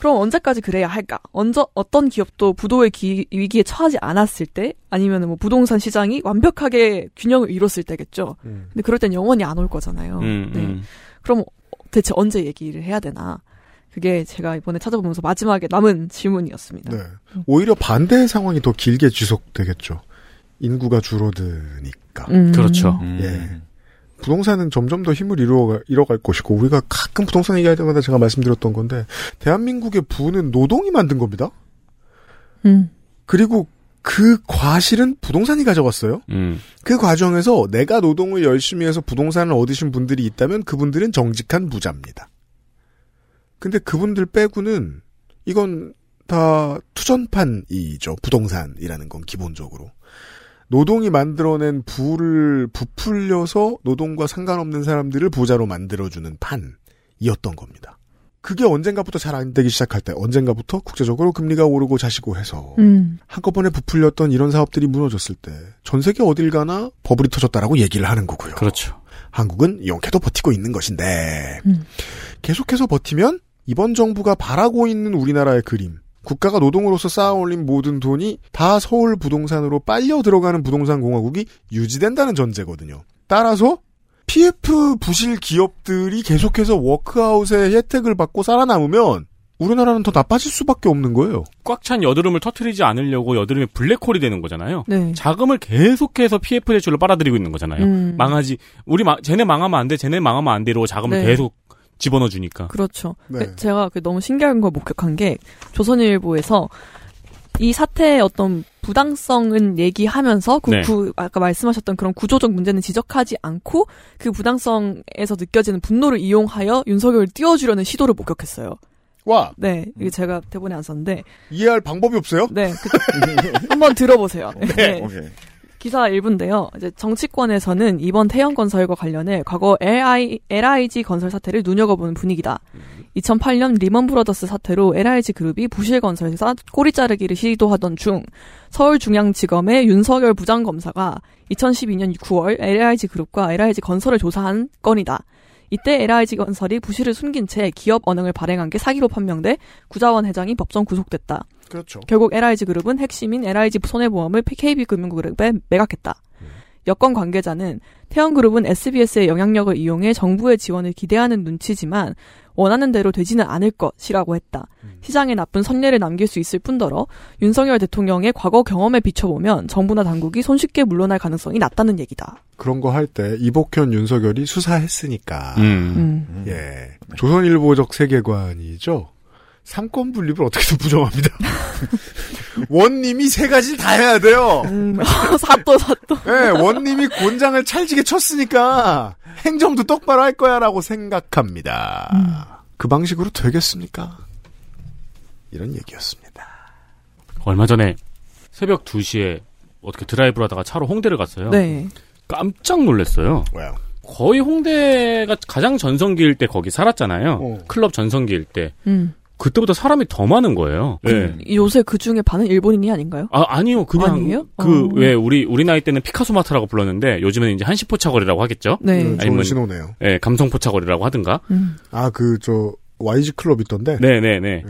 Speaker 4: 그럼 언제까지 그래야 할까? 언제 어떤 기업도 부도의 기- 위기에 처하지 않았을 때, 아니면 뭐 부동산 시장이 완벽하게 균형을 이뤘을 때겠죠. 근데 그럴 땐 영원히 안 올 거잖아요.
Speaker 3: 음,
Speaker 4: 네.
Speaker 3: 음.
Speaker 4: 그럼 대체 언제 얘기를 해야 되나? 그게 제가 이번에 찾아보면서 마지막에 남은 질문이었습니다.
Speaker 2: 네. 오히려 반대의 상황이 더 길게 지속되겠죠. 인구가 줄어드니까.
Speaker 4: 음. 그렇죠.
Speaker 2: 예. 부동산은 점점 더 힘을 잃어갈, 잃어갈 것이고 우리가 가끔 부동산 얘기할 때마다 제가 말씀드렸던 건데 대한민국의 부는 노동이 만든 겁니다.
Speaker 4: 음.
Speaker 2: 그리고 그 과실은 부동산이 가져갔어요.
Speaker 3: 음.
Speaker 2: 그 과정에서 내가 노동을 열심히 해서 부동산을 얻으신 분들이 있다면 그분들은 정직한 부자입니다. 근데 그분들 빼고는 이건 다 투전판이죠. 부동산이라는 건 기본적으로. 노동이 만들어낸 부를 부풀려서 노동과 상관없는 사람들을 부자로 만들어주는 판이었던 겁니다. 그게 언젠가부터 잘 안 되기 시작할 때, 언젠가부터 국제적으로 금리가 오르고 자시고 해서
Speaker 4: 음.
Speaker 2: 한꺼번에 부풀렸던 이런 사업들이 무너졌을 때, 전 세계 어딜 가나 버블이 터졌다라고 얘기를 하는 거고요.
Speaker 3: 그렇죠.
Speaker 2: 한국은 용케도 버티고 있는 것인데,
Speaker 4: 음.
Speaker 2: 계속해서 버티면 이번 정부가 바라고 있는 우리나라의 그림, 국가가 노동으로서 쌓아올린 모든 돈이 다 서울 부동산으로 빨려 들어가는 부동산 공화국이 유지된다는 전제거든요. 따라서 PF 부실 기업들이 계속해서 워크아웃의 혜택을 받고 살아남으면 우리나라는 더 나빠질 수밖에 없는 거예요.
Speaker 3: 꽉 찬 여드름을 터트리지 않으려고 여드름이 블랙홀이 되는 거잖아요.
Speaker 4: 네.
Speaker 3: 자금을 계속해서 PF 대출로 빨아들이고 있는 거잖아요.
Speaker 4: 음.
Speaker 3: 망하지 우리 마, 쟤네 망하면 안 돼, 쟤네 망하면 안 돼로 자금을
Speaker 4: 네.
Speaker 3: 계속 집어넣어 주니까.
Speaker 4: 그렇죠.
Speaker 3: 네.
Speaker 4: 그- 제가 그 너무 신기한 걸 목격한 게 조선일보에서 이 사태의 어떤 부당성은 얘기하면서 그
Speaker 17: 네.
Speaker 4: 구- 아까 말씀하셨던 그런 구조적 문제는 지적하지 않고 그 부당성에서 느껴지는 분노를 이용하여 윤석열을 띄워주려는 시도를 목격했어요.
Speaker 2: 와.
Speaker 4: 네, 이게 제가 대본에 안 썼는데
Speaker 2: 이해할 방법이 없어요?
Speaker 4: 네, 그- 한번 들어보세요. 네.
Speaker 5: 오케이.
Speaker 4: 기사 일부인데요. 이제 정치권에서는 이번 태형 건설과 관련해 과거 LI, LIG 건설 사태를 눈여겨보는 분위기다. 2008년 리먼 브라더스 사태로 LIG 그룹이 부실 건설사 꼬리 자르기를 시도하던 중 서울중앙지검의 윤석열 부장검사가 2012년 9월 LIG 그룹과 LIG 건설을 조사한 건이다. 이때 LIG 건설이 부실을 숨긴 채 기업 언행을 발행한 게 사기로 판명돼 구자원 회장이 법정 구속됐다.
Speaker 2: 그렇죠.
Speaker 4: 결국 LIG 그룹은 핵심인 LIG 손해보험을 KB금융그룹에 매각했다.
Speaker 3: 음.
Speaker 4: 여권 관계자는 태형그룹은 SBS의 영향력을 이용해 정부의 지원을 기대하는 눈치지만 원하는 대로 되지는 않을 것이라고 했다.
Speaker 3: 음.
Speaker 4: 시장에 나쁜 선례를 남길 수 있을 뿐더러 윤석열 대통령의 과거 경험에 비춰보면 정부나 당국이 손쉽게 물러날 가능성이 낮다는 얘기다.
Speaker 2: 그런 거 할 때 이복현 윤석열이 수사했으니까.
Speaker 4: 음.
Speaker 2: 예. 조선일보적 세계관이죠. 삼권 분립을 어떻게든 부정합니다. 원님이 세 가지를 다 해야 돼요.
Speaker 4: 그 사또 사또.
Speaker 2: 예, 원님이 곤장을 찰지게 쳤으니까 행정도 똑바로 할 거야라고 생각합니다. 그 방식으로 되겠습니까? 이런 얘기였습니다.
Speaker 4: 아.
Speaker 3: 그 얼마 전에 새벽 2시에 어떻게 드라이브를 하다가 차로 홍대를 갔어요.
Speaker 4: 네.
Speaker 3: 깜짝 놀랐어요. 거의 홍대가 가장 전성기일 때 거기 살았잖아요.
Speaker 2: 어.
Speaker 3: 클럽 전성기일 때.
Speaker 4: 음.
Speaker 3: 그때보다 사람이 더 많은 거예요. 예.
Speaker 4: 요새 그 중에 반은 일본인이 아닌가요?
Speaker 3: 아, 아니요. 그냥
Speaker 4: 아니에요?
Speaker 3: 그
Speaker 4: 어.
Speaker 3: 왜 우리 우리 나이 때는 피카소 마트라고 불렀는데 요즘에는 이제 한시포차 거리라고 하겠죠?
Speaker 4: 네. 음, 좋은
Speaker 2: 신호네요.
Speaker 3: 예, 감성포차 거리라고 하든가.
Speaker 2: 아, 그, 저, YG 클럽 있던데?
Speaker 3: 네, 네, 네.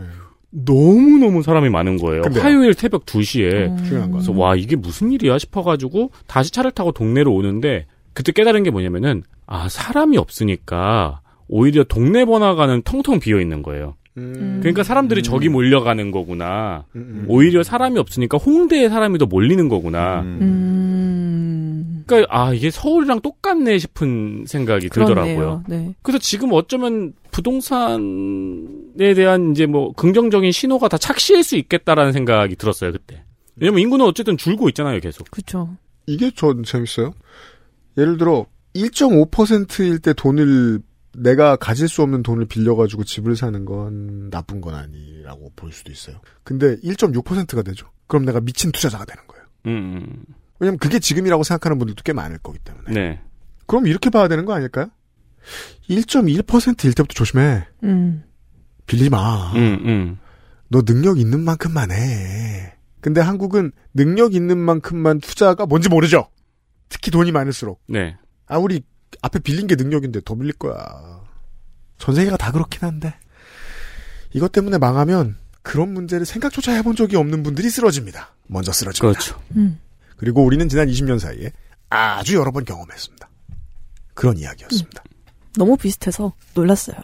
Speaker 3: 너무 너무 사람이 많은 거예요.
Speaker 2: 예. 근데요?
Speaker 3: 화요일 새벽
Speaker 4: 어.
Speaker 3: 2시에
Speaker 2: 중요한
Speaker 3: 그래서 와 이게 무슨 일이야 싶어가지고 다시 차를 타고 동네로 오는데 그때 깨달은 게 뭐냐면은 아 사람이 없으니까 오히려 동네 번화가는 텅텅 비어 있는 거예요.
Speaker 2: 음.
Speaker 4: 음.
Speaker 3: 그러니까 사람들이 저기 몰려가는 거구나. 오히려 사람이 없으니까 홍대에 사람이 더 몰리는
Speaker 2: 아.
Speaker 5: 음,
Speaker 3: 거구나.
Speaker 4: 음.
Speaker 3: 그러니까 아 이게 서울이랑 똑같네 싶은 생각이 들더라고요.
Speaker 4: 그렇네요. 네.
Speaker 3: 그래서 지금 어쩌면 부동산에 대한 이제 뭐 긍정적인 신호가 다 착시일 수 있겠다라는 생각이 들었어요 그때. 왜냐면 인구는 어쨌든 줄고 있잖아요 계속.
Speaker 4: 그렇죠.
Speaker 2: 이게 전 재밌어요. 예를 들어 1.5%일 때 돈을 내가 가질 수 없는 돈을 빌려가지고 집을 사는 건 나쁜 건 아니라고 볼 수도 있어요. 근데 1.6%가 되죠. 그럼 내가 미친 투자자가 되는 거예요.
Speaker 3: 음.
Speaker 2: 왜냐면 그게 지금이라고 생각하는 분들도 꽤 많을 거기 때문에.
Speaker 3: 네.
Speaker 2: 그럼 이렇게 봐야 되는 거 아닐까요? 1.1%일 때부터 조심해.
Speaker 4: 음.
Speaker 2: 빌리지 마.
Speaker 3: 음, 음.
Speaker 2: 너 능력 있는 만큼만 해. 근데 한국은 능력 있는 만큼만 투자가 뭔지 모르죠. 특히 돈이 많을수록.
Speaker 6: 네.
Speaker 2: 아, 우리 앞에 빌린 게 능력인데 더 빌릴 거야. 전 세계가 다 그렇긴 한데. 이것 때문에 망하면 그런 문제를 생각조차 해본 적이 없는 분들이 쓰러집니다. 먼저 쓰러집니다.
Speaker 6: 그렇죠.
Speaker 4: 음.
Speaker 2: 그리고 우리는 지난 20년 사이에 아주 여러 번 경험했습니다. 그런 이야기였습니다.
Speaker 6: 음.
Speaker 4: 너무 비슷해서 놀랐어요.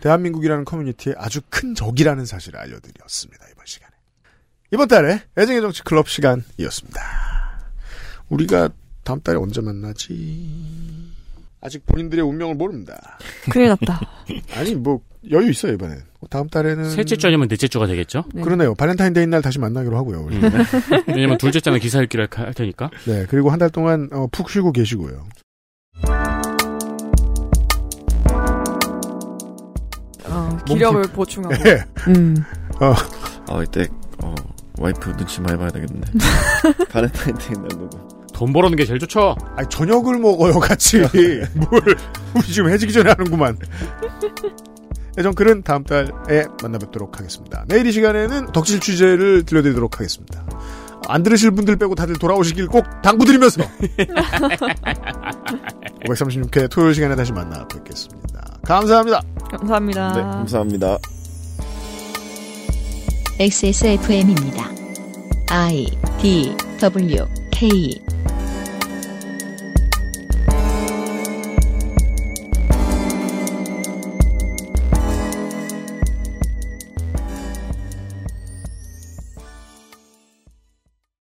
Speaker 2: 대한민국이라는 커뮤니티의 아주 큰 적이라는 사실을 알려드렸습니다. 이번 시간에. 이번 달에 애정의 정치 클럽 시간이었습니다. 우리가 다음 달에 언제 만나지? 아직 본인들의 운명을 모릅니다.
Speaker 4: 큰일 났다.
Speaker 2: 아니 뭐 여유 있어요 이번엔. 뭐 다음 달에는
Speaker 6: 셋째 주 아니면 넷째 주가 되겠죠?
Speaker 2: 그러네요. 발렌타인데이 날 다시 만나기로 하고요. 우리.
Speaker 6: 음. 왜냐면 둘째 주는 기사 읽기를 할 테니까.
Speaker 2: 네, 그리고 한 달 동안 어, 푹 쉬고 계시고요.
Speaker 4: 어, 기력을 보충하고.
Speaker 2: 예.
Speaker 4: 음.
Speaker 2: 어.
Speaker 5: 아 이때 어, 와이프 눈치 많이 봐야 되겠네. 발렌타인데이 네, 날 보고.
Speaker 6: 돈 벌어는 게 제일 좋죠.
Speaker 2: 아니, 저녁을 먹어요, 같이.
Speaker 6: 네.
Speaker 2: 뭘, 우리 지금 해지기 전에 하는구만. 네, 예전 글은 다음 달에 만나뵙도록 하겠습니다. 내일 이 시간에는 덕질 취재를 들려드리도록 하겠습니다. 안 들으실 분들 빼고 다들 돌아오시길 꼭 당부드리면서 536회 토요일 시간에 다시 만나 뵙겠습니다. 감사합니다.
Speaker 4: 감사합니다.
Speaker 5: 네, 감사합니다.
Speaker 11: XSFM입니다. I D W K